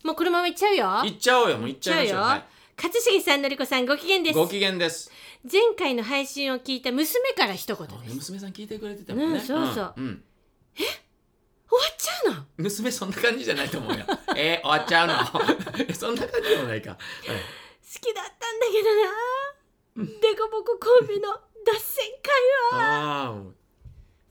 A: もうこのまま行っちゃうよ
B: 行っちゃおうよもう行っちゃいましょう、
A: 行っちゃうよ
B: は
A: 勝重さんのりこさんご機嫌で
B: い、
A: す
B: ご機嫌です
A: 前回の配信を聞いた娘から一言です
B: あね娘さん聞いてくれてたもんね、
A: うんそうそう
B: うんうん
A: 終わっちゃうの
B: 娘そんな感じじゃないと思 うよえー、終わっちゃうの そんな感じでもないか、はい
A: 好きだったんだけどなデコボコ神戸の脱線会は
B: あー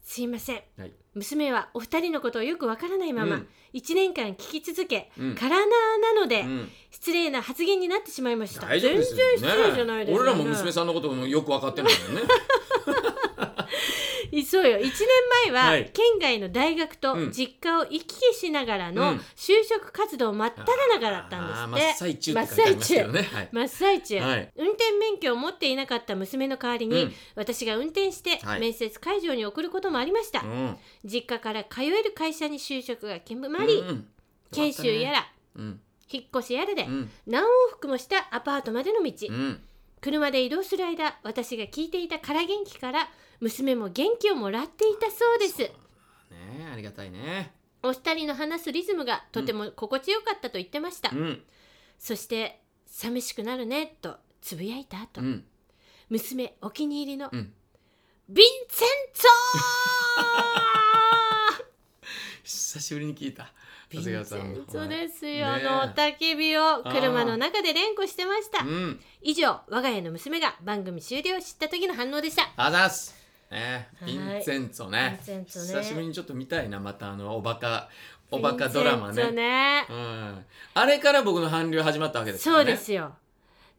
A: すいません
B: はい
A: 娘はお二人のことをよくわからないま
B: う
A: ま
B: ん
A: 一年間聞き続け、
B: うん
A: カラナーなので、
B: うん、
A: 失礼な発言になってしまいました
B: 大丈夫ですよ、ね、
A: 全然失礼じゃないですよね
B: 俺らも娘さんのこともよく分かってないもんね
A: そうよ1年前は、
B: はい
A: 県外の大学と
B: うん
A: 実家を行き来しながらの
B: うん
A: 就職活動真っ只中だったんです
B: あー
A: って、
B: 真っ最中って書いてありますけどねはい
A: 真っ最中、
B: はい
A: 運転免許を持っていなかった娘の代わりに、
B: うん
A: 私が運転して
B: はい
A: 面接会場に送ることもありました、
B: うん
A: 実家から通える会社に就職が決まり、
B: うんうん
A: 研修やら
B: うん
A: 引っ越しやらで、
B: うん
A: 何往復もしたアパートまでの道、
B: うん
A: 車で移動する間私が聞いていたから元気から娘も元気をもらっていたそうです
B: ねありがたいね
A: お二人の話すリズムがとても心地よかったと言ってました、
B: うん
A: そして「寂しくなるね」とつぶやいた後、
B: うん
A: 娘お気に入りの
B: うん
A: 「ヴィンセンツォ
B: 久しぶりに聞いた
A: ー!」ヴィンセンツォですよ、
B: はいねえ
A: あの焚き火を車の中で連呼してました
B: うん
A: 以上我が家の娘が番組終了を知った時の反応でした
B: あざっすねヴィンセンツォ
A: ヴィ
B: ね
A: ンセンツォね
B: 久しぶりにちょっと見たいなまたあのおバカおバカドラマ
A: ヴィンセンツォ
B: ねうんあれから僕の韓流始まったわけですか
A: そ
B: ら
A: う
B: ね
A: ですよ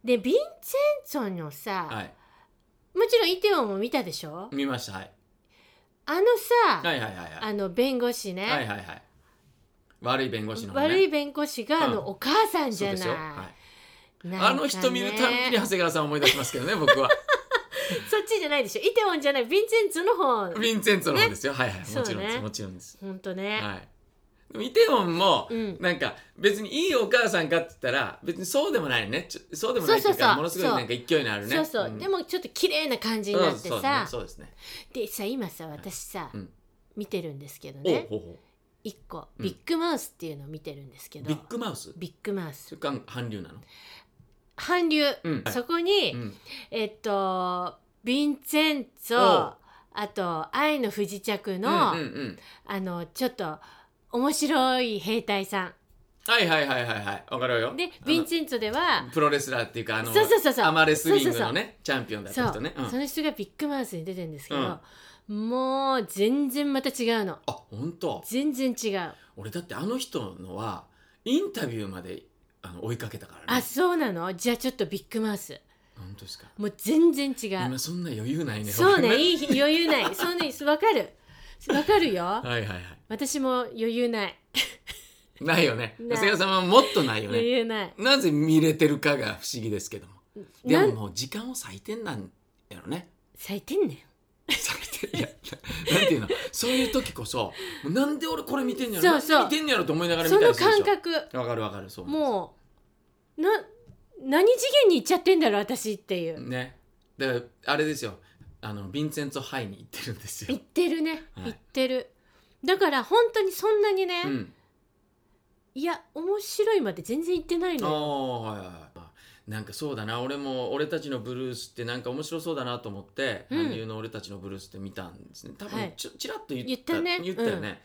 A: でヴィンセンツォのさ、
B: はい
A: もちろんイテウォンも見たでしょ
B: 見ましたはい
A: あのさ、
B: はいはいはいはい
A: あの弁護士ね、
B: はいはいはい悪い弁護士のね
A: 悪い弁護士があの、
B: うん
A: お母さんじ
B: そう
A: ゃ
B: で
A: ない
B: すよはい
A: なんか
B: あの人見るたんびに
A: ね
B: 長谷川さんを思い出しますけどね、僕 は。
A: そっちじゃないでしょイテウォンじゃないヴィンセンツォの方
B: ヴィンセンツォの方ですよ。はいはい、もちろんです、
A: そうね
B: もちろんです。
A: ほんとね、
B: はい。でもイテウォンも、
A: うん
B: なんか別にいいお母さんかって言ったら別にそうでもないよねちょそうでもないっていう
A: そ
B: か
A: うそうそう
B: ものすごいなんか勢いのあるね
A: そうそう、
B: ん
A: でもちょっと綺麗な感じになって
B: うんそうね
A: さ、
B: そうですね
A: でさ今さ私さ、
B: うん
A: 見てるんですけど
B: おう
A: ね
B: ほうほ
A: 一個
B: うん
A: ビッグマウスっていうのを見てるんですけ
B: う
A: ど、
B: ビッグマウス
A: ビッグマウス
B: それか韓流なの
A: 韓流、
B: うん
A: そこに、
B: うん
A: えっとヴィンセンツ
B: お
A: ォ
B: う
A: あと「愛の不時着の」
B: うんうんうん
A: あのちょっと面白い兵隊さ
B: はいはいはいはいはいわかるよ
A: んでヴ
B: あの
A: ィンセンツォでは
B: プロレスラーっていうかあの
A: そうそうそうそう
B: アマレスリングのねチャンピオンだっ
A: そ
B: た
A: う、
B: 人ねうん
A: その人がビッグマウスに出てるんですけど、もう全然また違うの
B: あ本当
A: 全然違う
B: 俺だってあの人のはインタビューまであの追いかけたから
A: あ
B: ね
A: そうなのじゃあちょっとビッグマウス
B: 本当ですか
A: もう全然違う
B: 今そんな余裕ないね
A: そう
B: ごめ
A: ね
B: ん
A: いい余裕ないそうねわかるわかるよ
B: はいはいはい
A: 私も余裕ない
B: ないよね
A: ない
B: 長谷川さんはもっとないよ
A: 余
B: ね
A: 裕ない
B: なぜ見れてるかが不思議ですけどもで
A: な
B: も
A: ん
B: もう時間を割いてんなんや ろね
A: 咲いてんねん
B: 割いてんいやななんていうのそういう時こそもうなんで俺これ見てんやろ
A: そうそう
B: なんで見てんやろと思いながら見
A: そ
B: た
A: の
B: りするでし
A: 感
B: ょ
A: 覚
B: わかるわかるそうなんです
A: もうな何次元に行っちゃってんだろ私っていう、
B: ねだからあれですよあのヴィンセンツォハイに行ってるんです
A: 言
B: よ
A: っ、てるね、
B: はい
A: 言ってるだから本当にそんなにね、
B: うん
A: いや面白いまで全然言ってない
B: あ
A: の
B: あはいはいはいなんかそうだな俺も「俺たちのブルース」ってなんか面白そうだなと思って
A: うん
B: 韓流、の「俺たちのブルース」って見たんですね多
A: は
B: 分
A: い
B: ちょ、ちらっと言
A: 言ったね
B: 言ったよね、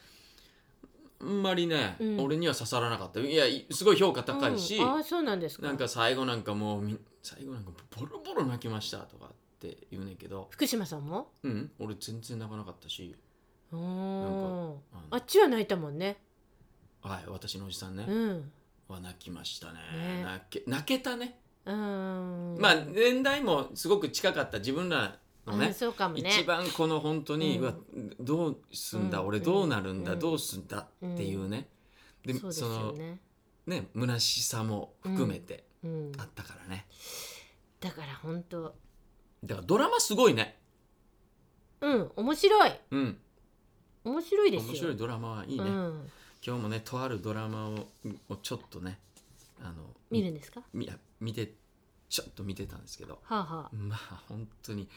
B: あんまりね、
A: うん
B: 俺には刺さらなかったいやいすごい評価高いし、
A: うんああそうなんですか
B: なんか最後なんかもうみ最後なんかボロボロ泣きましたとかって言うねんけど
A: 福島さんも
B: うん俺全然泣かなかったし
A: うーん
B: あの
A: あっちは泣いたもんね
B: はい私のおじさんね、
A: うん
B: は泣きましたね
A: ね
B: 泣け泣けたね、
A: うーん
B: まあ年代もすごく近かった自分らの
A: うん
B: ね
A: そうかもね
B: 一番この本当に、
A: うん
B: うわどうすんだ、
A: うん
B: 俺どうなるんだ、
A: うん
B: どうすんだっていうね、で
A: そうです
B: そ
A: よ
B: の
A: ね、
B: ね虚しさも含めて
A: うん
B: あ、ったからね、
A: だから本当
B: だからドラマすごいね
A: うん面白い
B: うん
A: 面白いですよ
B: 面白いドラマはいいね、
A: うん、
B: 今日もねとあるドラマををちょっとねあの
A: 見るんですか
B: みあ見てちょっと見てたんですけど
A: はあ、はあ、
B: まあ本当に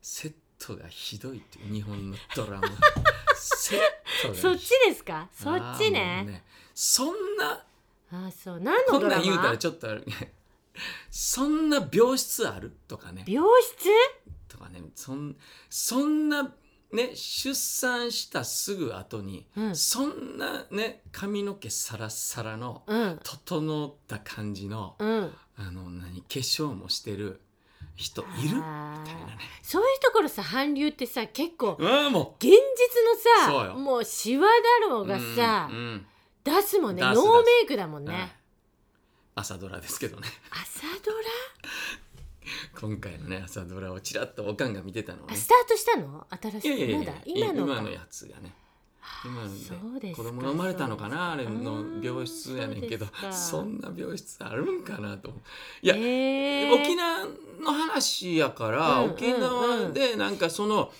B: セットがひどいっていう日本のド ラマセットがひ
A: そっちですかそっち
B: あー
A: ね
B: もうそんな
A: ああそう何
B: こ
A: の
B: ん
A: ドラ
B: なん
A: マ
B: 言うたらちょっとあるそんな病室あるとかね
A: 病室
B: とかねそんそんなね出産したすぐ後に、
A: うん
B: そんなね髪の毛サラッサラの
A: うん
B: 整った感じの、
A: うん
B: あの何化粧もしてる人いるみたい
A: あー
B: なね
A: そういうところさ韓流ってさ結構
B: うんも
A: 現実の
B: そう
A: さ
B: よ
A: もうシワだろ
B: う
A: うがさ、
B: うんうん
A: 出すもんね
B: 出
A: ノ
B: す
A: ー
B: 出す
A: メイクだもん
B: はい
A: ね、
B: 朝ドラですけどね
A: 朝ドラ
B: 今回のね朝ドラをちらっとおかんが見てたのを
A: あ
B: ね
A: スタートしたの新しい
B: いやいやいや
A: まだ今のか
B: 今のやつがね今の
A: そうですか
B: 子供が生まれたのかなあれの病室やねんけど
A: あーそうですか
B: そんな病室あるんかなと思ういや、
A: えー
B: 沖縄の話やから、
A: うんうんうん
B: 沖縄でなんかその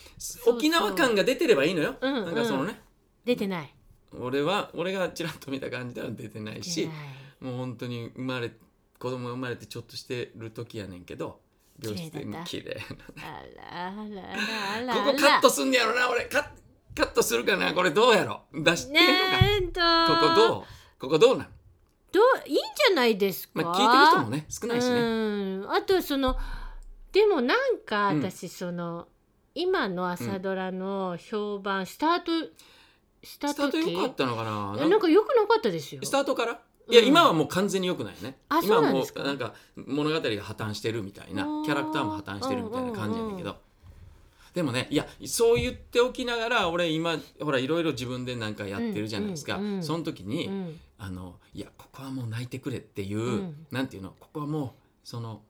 A: う
B: 沖縄感が出てればいいのよ、
A: うんうん
B: なんかそのね
A: 出てない
B: 俺は俺がちらっと見た感じでは出てない
A: 出
B: して
A: ない
B: もう本当に生まれ子供が生まれてちょっとしてる時やねんけど病室で
A: 綺麗だった
B: 綺麗
A: あらあらあらあらあら
B: ここカットすんねやろな俺カッカットするかなこれどうやろ出してんの
A: ね
B: か、
A: えんと
B: ここどうここどうなん
A: どういいんじゃないですか、
B: まあ聞いてる人もね少ないしね
A: うんあとそのでもなんか
B: うん
A: 私その、今の朝ドラの評判、スタートした
B: スタート
A: 時
B: 良かったのかな
A: えなんか良くなかったですよ
B: スタートからいや、
A: うん
B: 今はもう完全に良くないよね
A: あ
B: 今
A: そ
B: は
A: うなん
B: も
A: ですか
B: うなんか物語が破綻してるみたいな
A: あー
B: キャラクターも破綻してるみたいな感じやねん
A: うんうん
B: け
A: うん
B: どでもねいやそう言っておきながら俺今ほらいろいろ自分でなんかやってるじゃないですか、
A: うんうんうん
B: その時に、
A: うん
B: あのいやここはもう泣いてくれっていう、
A: うん
B: なんていうのここはもうその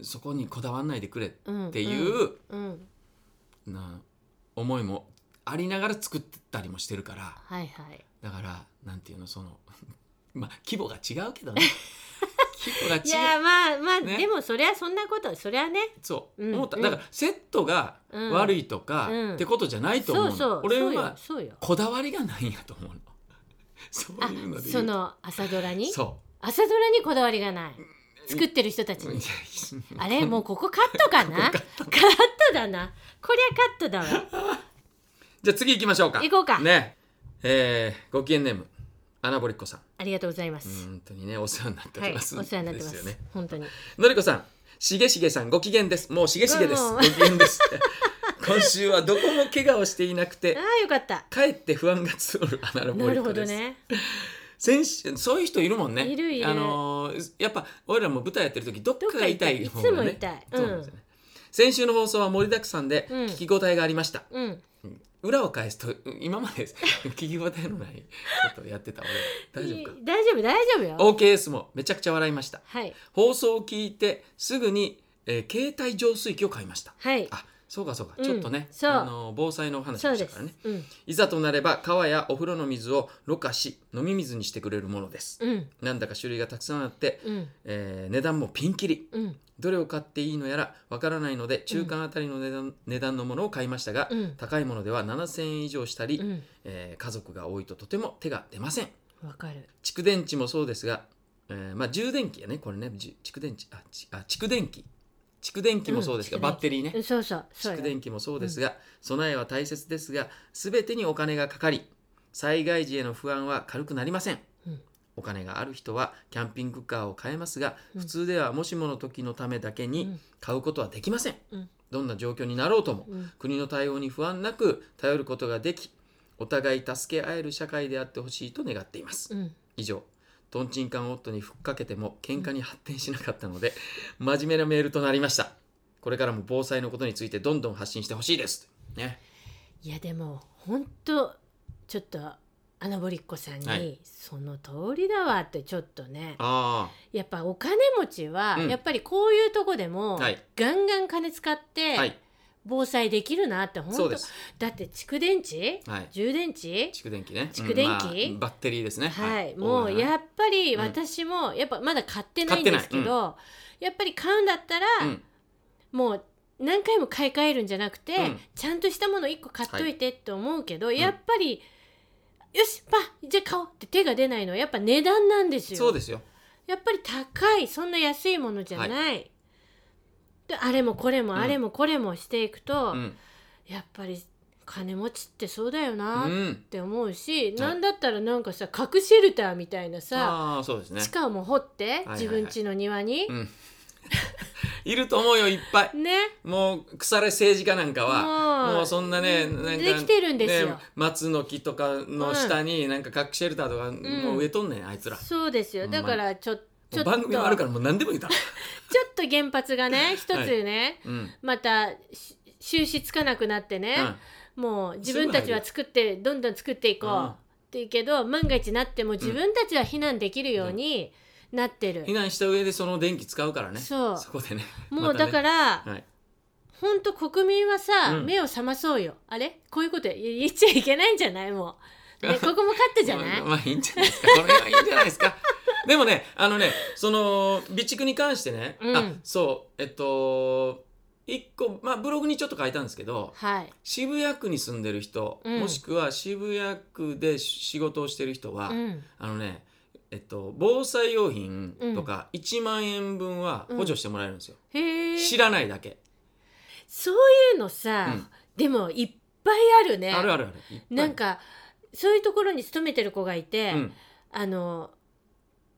B: そこにこだわらないでくれっ
A: うん
B: ていう、
A: うんうん
B: な思いもありながら作ったりもしてるから
A: はいはい
B: だからなんていうのその まあ規模が違う けどね規模が
A: い
B: 違
A: や
B: う
A: まあまあ、
B: ね
A: でもそりゃそんなことそりゃね
B: そう、
A: うん
B: 思った
A: うん
B: だからセットが
A: うん
B: 悪いとか、
A: うん
B: ってことじゃないと思う
A: そ
B: の
A: うそう
B: 俺
A: そうよ
B: は
A: そうよ
B: こだわりがないんやと 思うのそう
A: あ
B: いうので言
A: そう
B: と
A: の朝ドラに
B: そ
A: 朝ドラにこだわりがない作ってる人たち
B: う
A: に
B: いや
A: あれもうここカットか なカットだなこりゃカットだわ
B: じゃあ次行きましょうか
A: 行こうか
B: ねえーご機嫌ネームアナボリッコさん
A: ありがとうございます、
B: 本当にねお世話になってお
A: はい、
B: り
A: お
B: ます、
A: 世話になってます。
B: ですよね
A: 本当に。
B: のりこさん、しげしげさん、ご機嫌です。もうしげしげです。
A: うん
B: ご機嫌です。今週はどこも怪我をしていなくて
A: あ、あ、よかった。
B: かえって不安が募るアナロボ
A: な
B: リ
A: る
B: ッ
A: ほ
B: ク
A: ど
B: です。
A: ね。
B: 先週そういう人いるもんね。
A: いるいる
B: あのーやっぱ俺らも舞台やってる時どっ
A: どっ
B: か
A: か
B: が
A: 痛
B: 痛
A: い。
B: い
A: いつ
B: 方
A: も
B: がね。
A: 痛い。う
B: そうなんで
A: ん
B: すよ。ね。先週の放送は盛りだくさんで
A: うん
B: 聞き応えがありました。
A: うん、
B: 裏を返すと今まで 聞き応えのないことをやってた俺ら大丈夫か
A: いい大丈夫、大丈夫よ。
B: ?OKS もめちゃくちゃ笑いました。
A: はい。
B: 放送を聞いてすぐに、えー携帯浄水器を買いました
A: はい。
B: あそうかそうか、
A: うん
B: ちょっとね
A: そう
B: あの防災のお話
A: そう
B: でし
A: で
B: た
A: す
B: からね。
A: うん。
B: いざとなれば川やお風呂の水をろ過し飲み水にしてくれるものです、
A: うん。
B: なんだか種類がたくさんあって、
A: うん。
B: えー値段もピンキリ
A: うん。
B: どれを買っていいのやらわからないので中間あたりの値段,、値段のものを買いましたが、
A: うん
B: 高いものでは7000円以上したり、
A: うん。
B: えー家族が多いととても手が出ません
A: わかる。
B: 蓄電池もそうですが、えーまあ、充電器やねこれねじゅ蓄電池あちあ蓄電器蓄電器もそうですが、
A: うん
B: バッテリーね
A: うんそうそう。そう
B: 蓄
A: よ
B: 電器もそうですが、備えは大切ですが全てにお金がかかり災害時への不安は軽くなりません、
A: うん
B: お金がある人はキャンピングカーを買えますが、
A: うん
B: 普通ではもしもの時のためだけ
A: う
B: に
A: ん
B: 買うことはできません、
A: うん
B: どんな状況になろうとも、
A: うん。
B: 国の対応に不安なく頼ることができお互い助け合える社会であってほしいと願っています、
A: うん。
B: 以上とんちんかん夫にふっかけても喧嘩に発展しなかったので真面目なメールとなりましたこれからも防災のことについてどんどん発信してほしいですね
A: いや、でも、本当。ちょっと。アナボリッコさんに、
B: はい
A: その通りだわってちょっとね
B: あ
A: やっぱお金持ちは、
B: うん
A: やっぱりこういうとこでも、
B: はい
A: ガンガン金使って、
B: あはい
A: 防災できるなって本
B: そう
A: 当
B: です
A: だって蓄電池
B: はい
A: 充電池
B: 蓄電器ね
A: 蓄電器
B: うんまあバッテリーですね
A: はい、もうやっぱり私もやっぱまだ買ってないんですけど、
B: 買ってな
A: やっぱり買うんだったら、
B: うん
A: もう何回も買い替えるんじゃなくて、
B: うん
A: ちゃんとしたもの1個買っといてって思うけど、やっぱり、よしパンじゃあ買おうって手が出ないのはやっぱ値段なんですよ
B: そうですよ
A: やっぱり高いそんな安いものじゃない、であれもこれも
B: うん
A: あれもこれもしていくと、
B: うん、
A: やっぱり金持ちってそうだよな
B: う
A: っ
B: ん、
A: て思うし、なんだったらなんかさ核シェルターみたいなさ、
B: ああーそうですね
A: 地下も掘って、
B: いはい
A: 自分家の庭に
B: う、んいると思うよいっぱい
A: ね
B: もう腐れ政治家なんかは
A: もう
B: もうそんなねなんか
A: できてるんですよ
B: ね、松の木とかの下になんか核シェルターとかもう植えとんねんあいつらも
A: そうですよ
B: ほんま
A: だ
B: に
A: からちょちょ
B: う
A: っと
B: 番組もあるからもう何でも言 うたら
A: ちょっと原発がね一つね、
B: うん
A: またし収支つかなくなってね、
B: うん
A: もう自分たちは作ってどんどん作っていこ
B: うん
A: うっていうけど万が一なっても自分たちは避難できるようになってる
B: 避、難した上でその電気使うからね
A: そう
B: こでね、
A: もうだからら、
B: はい、
A: ほんと国民はさ、
B: うん
A: 目を覚まそうよあれこういうこと言言っちゃいけないんじゃないもう、 ね、ここもカットじゃない、
B: まあまあいいんじゃないですかこれはいいんじゃないですか でもねあのねその備蓄に関してね、
A: うん
B: あそうえっと一個、まあ、ブログにちょっと書いたんですけど
A: はい、
B: 渋谷区に住んでる人、
A: うん
B: もしくは渋谷区で仕事をしてる人は、
A: うん、
B: あのねえっと、防災用品とか1万円分は補助してもらえるんですよ、
A: へえ
B: 知らないだけ、
A: そういうのさ、
B: うん
A: でもいっぱいあるね
B: あるあるあるいっぱい
A: なんかそういうところに勤めてる子がいて、
B: うん
A: あの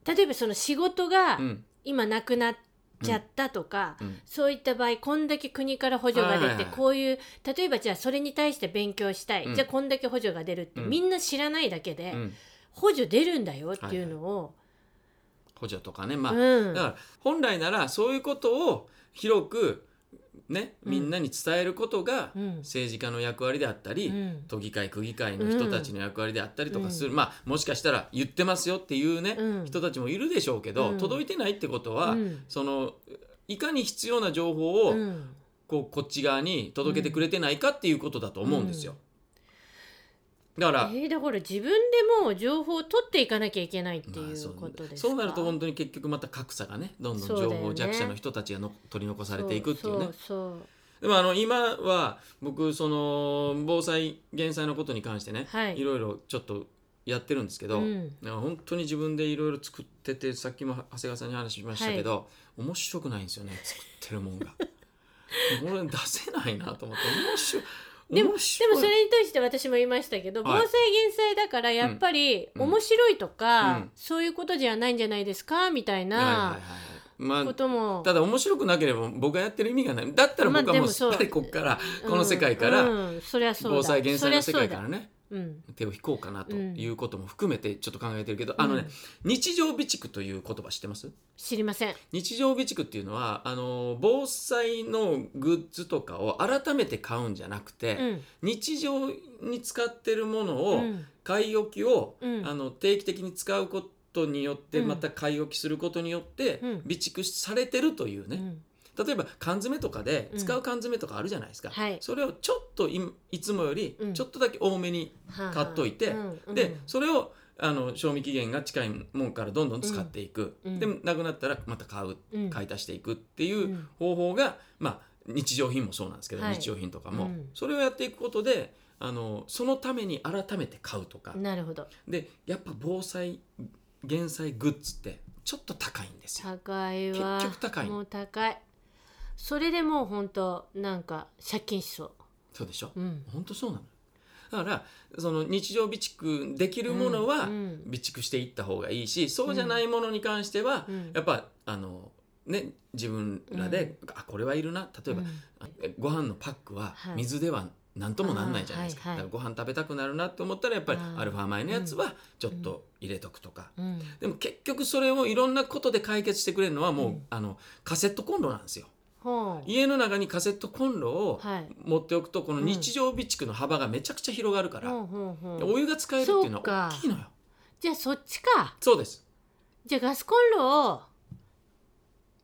A: 例えばその仕事が
B: うん
A: 今なくなっちゃったとか、
B: うん
A: そういった場合こんだけ国から補助が
B: はい
A: 出
B: はい
A: て
B: はい
A: こういう例えばじゃあそれに対して勉強したい、
B: うん
A: じゃあこんだけ補助が出るって、
B: うん
A: みんな知らないだけ
B: う
A: で、
B: ん、
A: 補助出るんだよっていうのを、
B: 補助とかねまあ、
A: うん
B: だから本来ならそういうことを広くね
A: うん
B: みんなに伝えることが
A: うん
B: 政治家の役割であったり、
A: うん
B: 都議会区議会の人たちの役割であったりとかする、まあもしかしたら言ってますよっていうね、
A: うん
B: 人たちもいるでしょうけど、
A: うん
B: 届いてないってことは、
A: うん
B: そのいかに必要な情報を、
A: うん
B: こうこっち側に届けてくれてないかっていうことだと思うんですよ。だから、
A: えーだから自分でもう情報を取っていかなきゃいけないって
B: ま
A: い
B: あ
A: うことですか、
B: そうなると本当に結局また格差がねどんどん
A: そう
B: 情
A: だよ
B: 報
A: ね
B: 弱者の人たちがの取り残されていくっていうね
A: そうそう
B: でもあの今は僕その防災減災のことに関してね、
A: はい
B: ろいろちょっとやってるんですけ
A: そう、
B: ど、
A: うん
B: なんか本当に自分でいろいろ作っててさっきも長谷川さんに話しましたけど、面白くないんですよね作ってるもん が。俺出せないなと思って面白い
A: でも
B: 面
A: で
B: 白い
A: もそれに対して私も言いましたけど、
B: はい
A: 防災減災だからやっぱり
B: うん
A: 面白いとか、
B: うん
A: そういうことじゃないんじゃないですかみたい
B: はいはいは
A: ない
B: まあ
A: ことも、
B: ただ面白くなければ僕がやってる意味がないだったら僕
A: まあ
B: は
A: でも
B: もうすっ
A: そう
B: ぱりこっから、
A: うん
B: この世界から、
A: うんそりゃそうだ
B: 防災減災の世界か
A: そりゃ
B: らね
A: そうだうん
B: 手を引こうかなと
A: うん
B: いうことも含めてちょっと考えてるけど、あの
A: う
B: ね
A: ん
B: 日常備蓄という言葉知ってます
A: 知りません
B: 日常備蓄っていうのはあの防災のグッズとかを改めて買うんじゃなくて、
A: うん
B: 日常に使ってるもの
A: う
B: を、
A: ん
B: 買い置きを、
A: うん
B: あの定期的に使うことによって、
A: うん
B: また買い置きすることによって、
A: うん
B: 備蓄されてるという
A: う
B: ね、
A: ん
B: 例えば缶詰とかで
A: うん
B: 使う缶詰とかあるじゃないですか、
A: はい
B: それをちょっといいつもより
A: うん
B: ちょっとだけ多めに、
A: はあはあ
B: 買っといて
A: うんうん
B: でそれをあの賞味期限が近いもんからどんどん使っていく、
A: うん
B: で
A: う
B: なくなったらまた買う
A: うん
B: 買い足していくって
A: う
B: いうん方法が、まあ、日常品もそうなんですけど、
A: はい
B: 日用品とか
A: う
B: も、
A: ん
B: それをやっていくことであのそのために改めて買うとか、
A: なるほど
B: でやっぱ防災減災グッズってちょっと高いんですよ。
A: 高いわ
B: 結局高いの
A: もう高いそれでもう本当なんか借金しそ
B: そうでしょ、
A: ううん
B: 本当そうなのだからその日常備蓄できるものは
A: うん
B: 備
A: うん
B: 蓄していった方がいいし、そうじゃないものに関しては、
A: うん
B: やっぱあのね自分らで、あこれはいるな例えば、
A: うん
B: ご飯のパックは
A: はい
B: 水では何ともなんないじゃないですか、
A: あーはいはい
B: だからご飯食べたくなるなって思ったらやっぱり
A: あー
B: アルファ米のやつはちょっと入れとくとか、
A: うん
B: でも結局それをいろんなことで解決してくれるのはもう、
A: うん
B: あのカセットコンロなんですよ。
A: ほう
B: 家の中にカセットコンロを
A: はい
B: 持っておくとこの
A: うん
B: 日常備蓄の幅がめちゃくちゃ広がるから、
A: ほうほうほう
B: お湯が使えるっていうの
A: そう
B: は
A: か
B: 大きいのよ
A: じゃあそっちか
B: そうです
A: じゃあガスコンロを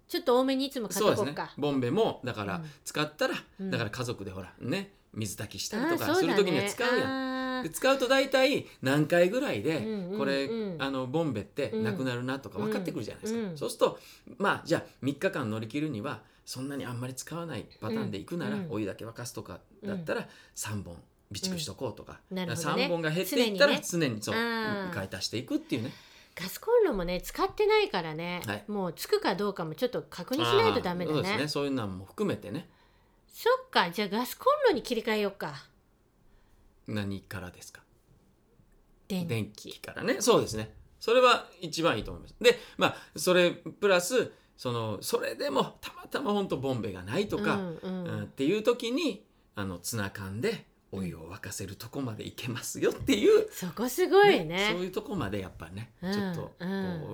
A: ちょっと多めにいつも買っ
B: そう
A: と
B: で
A: こう
B: すね
A: か
B: ボンベもだか
A: う
B: ら
A: ん
B: 使ったら、
A: うん
B: だから家族でほらね水炊きし
A: あ
B: たりと
A: ー
B: か
A: そ
B: す
A: う
B: る
A: だ
B: 時には使うやん、
A: ねあ
B: で
A: ー
B: 使うと大体何回ぐらいで、
A: うんうん
B: これ
A: うん
B: あのボンベってなくなるなとか分かってくるじゃないですか、
A: うんうん
B: そうするとまあじゃあ3日間乗り切るにはそんなにあんまり使わないパターンでいくなら、
A: うん
B: お湯だけ沸かすとかだったら3本備蓄しとこうとか,、
A: うんなるほどね
B: 3本が減っていったら常に,、そう
A: あー
B: 買い足していくっていうね
A: ガスコンロもね使ってないからね、
B: はい
A: もうつくかどうかもちょっと確認しないとダメだ
B: あーそう
A: ね
B: ですねそういうのも含めてね
A: そっかじゃあガスコンロに切り替えようか
B: 何からですか
A: 電気
B: 電気からねそうですねそれは一番いいと思いますでまあそれプラスそのそれでもたまたま本当ボンベがないとか、
A: うんうん
B: うんっていう時にあのツナ缶でお湯を沸かせるとこまでいけますよっていう、
A: そこすごいね
B: ねそういうとこまでやっぱね、
A: うん
B: ちょっとこ
A: う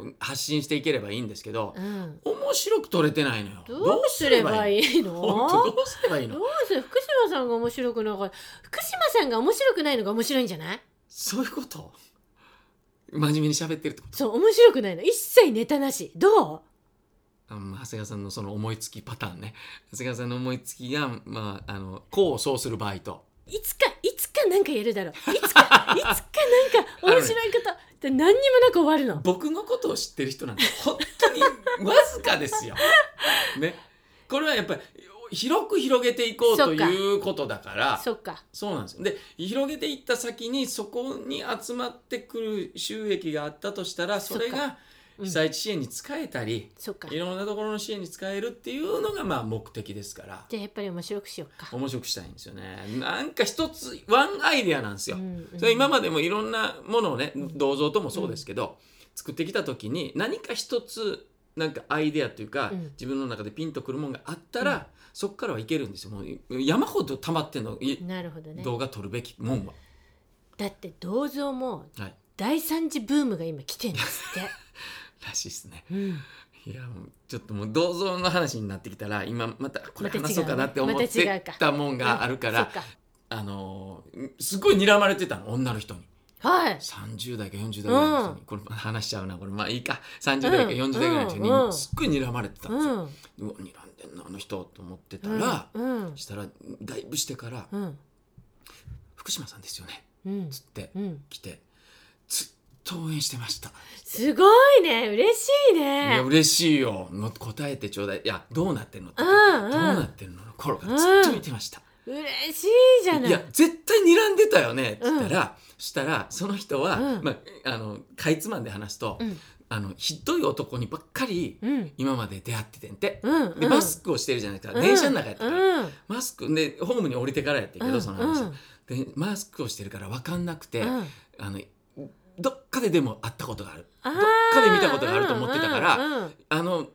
B: う発信していければいいんですけど、
A: うん、
B: 面白く撮れてないのよ
A: どうすれば
B: いい
A: いいの
B: 本当どうすればいい
A: ど
B: の
A: うする福島さんが面白くなかった福島さんが面白くないのが面白いんじゃない
B: そういうこと真面目に喋ってるってこと
A: そう面白くないの一切ネタなしどう
B: あの長谷川さんのその思いつきパターンね長谷川さんの思いつきが、まあ、あの功を奏する場合と
A: いつかいつかなんかやるだろういつか いつかなんか面白いことって何にもなく終わるの
B: 僕のことを知ってる人なん て本当にわずかですよ。ね、これはやっぱり広く広げていこうと
A: そっか
B: いうことだからそう
A: そっか
B: なんですよ。で広げていった先にそこに集まってくる収益があったとしたらそれ
A: そ
B: が
A: うん
B: 被災地支援に使えたり、
A: そっか
B: い
A: じ
B: ろんなところの支援に使えるっていうのがまあ目的ですから。
A: ゃあやっぱり面白くしようか、
B: 面白くしたいんですよねなんか一つワンアイデアなんですよ、
A: うんうん
B: それ今までもいろんなものをね銅像ともそうですけど、作ってきた時に何か一つなんかアイデアというか、
A: うん
B: 自分の中でピンとくるもんがあったら、そこからはいけるんですよもう山ほど溜まってんの、い
A: なるほどね
B: 動画撮るべきもんは、
A: だって銅像も
B: はい、
A: 第三次ブームが今来てんです って、
B: らしいですね
A: うん、
B: いやもうちょっともう銅像の話になってきたら今またこ
A: ま
B: れ
A: た違うね
B: 話そうかなって思っ
A: また違う
B: て
A: か
B: たもんがあるから、
A: そっか
B: あのーすごい睨まれてたの女の人に。
A: はい
B: 30代か40代ぐらいの人に、
A: う
B: これ話しちゃうなこれまあいいか30代か
A: うん
B: 40代ぐらいの人に、
A: うんうん
B: すっごい睨まれてたんです
A: う
B: よ、
A: ん
B: うわ睨んでんなあの人と思ってたら、
A: うん
B: したらだいぶしてから
A: うんうん
B: 「福島さんですよね」
A: うん
B: つって
A: うん
B: 来て「ずっと応援してました」
A: すごいね嬉しい
B: いや
A: ね
B: 嬉しいよもっと答えてちょうだいいやどうなってんの?」って
A: う
B: 言
A: ん
B: った
A: う
B: らど
A: ん
B: うなってんの?」の頃からずっと見てました。
A: 嬉しいじゃない
B: いや絶対睨んでたよねって言ったら、そしたらその人は、
A: うん
B: まあ、あのかいつまんで話すと、
A: うん
B: あのひどい男にばっかり
A: うん
B: 今まで出会っててんて、
A: うんう
B: で
A: ん
B: マスクをしてるじゃないですか、電車の中やったから、
A: うんうん
B: マスクでホームに降りてからやったけど、
A: うん
B: その話、
A: うん
B: でマスクをしてるから分かんなくて、
A: うん
B: あのどっかででも会ったことがある
A: あー
B: どっかで見たことがあると思ってたから
A: うんうんうん
B: あの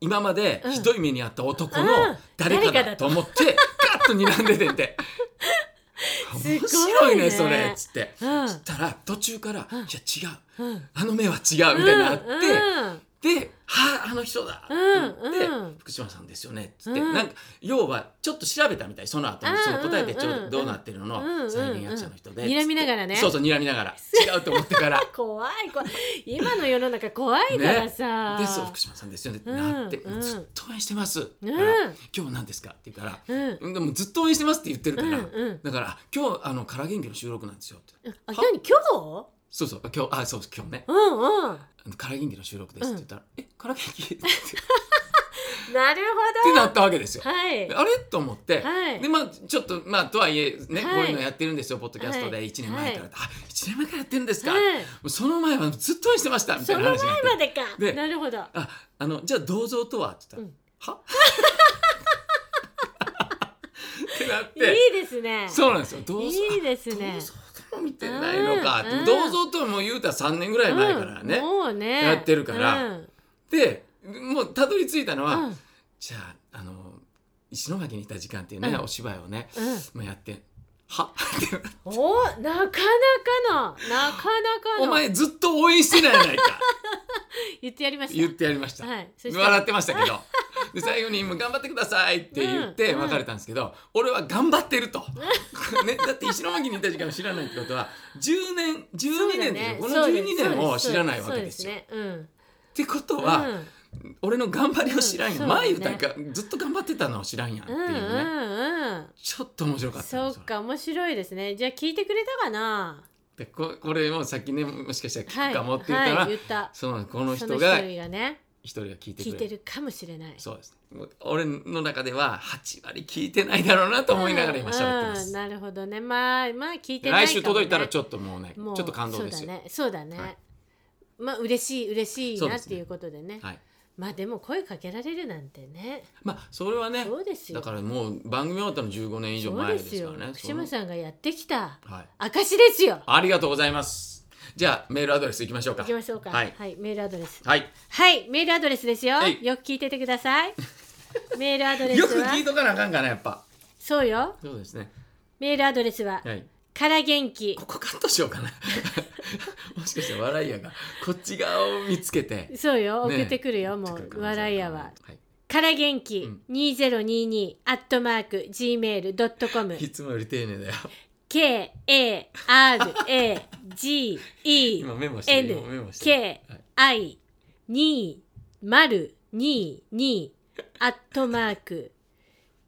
B: 今までひどい目に遭った男の
A: うん
B: 誰か
A: 誰かだ
B: だ
A: と
B: と思って、ガッと睨んでてんて
A: すごいね
B: 面白いねそれっつって、
A: うん
B: そしたら途中から「
A: うん
B: いや違う
A: うん
B: あの目は違う」みたいになって、
A: うん
B: で「はああの人だ」って
A: うん
B: 言って、
A: うん
B: 福島さんですよね」っつって、
A: うん
B: なんか要はちょっと調べたみたいその後
A: う
B: に
A: ん
B: その答えてちょ
A: うん
B: うどどうなってるの
A: うん
B: の再現役者の人で、
A: うん睨みながらね
B: そうそう睨みな がら違うと思ってから
A: 怖い怖い今の世の中怖いからさ、
B: でそう福島さんですよねってなって、
A: うんうん
B: ずっと応援してます、
A: うん
B: だから今日何ですかって言うから、
A: うん
B: でもずっと応援してますって言ってるから、
A: うんうん
B: だから今日あのから元気の収録なんですよって
A: あ何今日
B: そうそう今日あそう今日ね
A: うんうん
B: あのから元気の収録ですって言ったら、えから元気って
A: なる
B: って
A: ほ
B: なったわけですよ
A: どはい
B: であれと思って、
A: はい
B: でまあちょっとまあとはいえね、
A: はい
B: こういうのやってるんですよポッドキャストで
A: はい
B: 1年前から、あ1年前からやってるんですか、も
A: は
B: うその前はずっと応援してました
A: い
B: みた
A: そ
B: い
A: の
B: な
A: 前
B: 話になって
A: までか
B: で
A: なるほど
B: ああのじゃあ銅像とはって言ったら、はってなっ
A: い
B: て
A: いですね
B: そうなんですよ銅像
A: いいですね
B: あ銅像とも見てないのか、
A: うんうん
B: 銅像とはもう言うたら3年ぐらい前からね、
A: うんもうね
B: やってるから
A: うん
B: でもうたどり着いたのは、
A: うん
B: じゃああの石巻にいた時間っていうね、
A: うん
B: お芝居をね、
A: うん
B: まあ、やってはって
A: おなかなかのなかなかの
B: お前ずっと応援してないやな いか
A: 言ってやりました
B: 言ってやりました、
A: はいそしたら
B: 笑ってましたけどで最後に「もう頑張ってください」って言って
A: うんうん
B: 別れたんですけど、俺は頑張ってると、ね、だって石巻にいた時間を知らないってことは10年12年でしょ、この12年を知らないわけですよ。
A: そうですねうん
B: ってことは、
A: うん
B: 俺の頑張りを知らんやん、
A: うん
B: 前
A: そう
B: 言う
A: だ
B: た
A: ね
B: んかずっと頑張ってたのを知らんやんって
A: う
B: い
A: ん
B: うね、
A: うんうん
B: ちょっと面白かったん
A: そ
B: です
A: う
B: よ
A: か面白いですねじゃあ聞いてくれたかな
B: でここれもさっきねもしかしたら聞くかもって言っ
A: は
B: たら、
A: いはい、言った
B: そのこの人
A: その
B: が
A: 一人がね
B: 一人が聞いてくれ
A: 聞いてるかもしれない
B: そうですね俺の中では8割聞いてないだろうなと思いながら今喋ってま
A: うんうん
B: す、
A: なるほどねまあまあ聞いてないかもね
B: 来週届いたらちょっともうね
A: もう
B: ちょっと感動です
A: そ
B: よ
A: うだねそうだね、
B: はい
A: まあ嬉しい嬉しい
B: そうで
A: なっ
B: す
A: て
B: ね
A: いうことでね
B: はい
A: まあでも声かけられるなんてね
B: まあそれはね
A: そうですよ
B: だからもう番組終わったの15年以上
A: そう
B: 前
A: で
B: ですす
A: よ
B: からね
A: 福島さんがやってきた
B: そのはい
A: 証ですよ
B: ありがとうございますじゃあメールアドレスいきましょうか
A: 行きましょうか
B: はい、
A: メールアドレス
B: はい、
A: はいメールアドレスですよ
B: えい
A: よく聞いててくだ さいメールアドレス
B: よく
A: は
B: 聞いとかなあかんかなやっぱ
A: そうよ
B: そうですね
A: メールアドレスは、
B: はい
A: から元気
B: ここカットしようかな もしかして笑いやがこっち側を見つけて
A: そうよ
B: ね
A: 送ってくるよ、も
B: 送ってく
A: う
B: る可能性が
A: 笑いやは
B: はい
A: から元気
B: ん
A: 2022アットマーク gmail.com
B: いつもより丁寧だよ
A: K A R A G E
B: 今メモしてる
A: N
B: 今メモしてる
A: K I 2 0 2 2アットマーク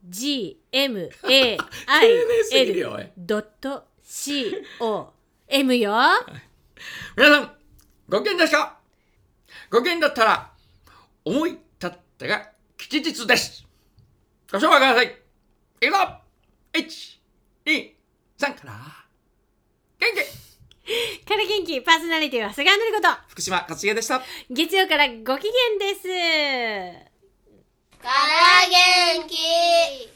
A: G M A I
B: 丁寧すぎる
A: L
B: よおい
A: ドット C O M よ。
B: 皆さん、ご機嫌ですかご機嫌だったら、思い立ったが吉日です。ご紹介ください。いくぞ !1、2、3から、元気
A: から元気パーソナリティは菅原のりこと
B: 福島勝家でした。
A: 月曜からご機嫌です。
C: から元気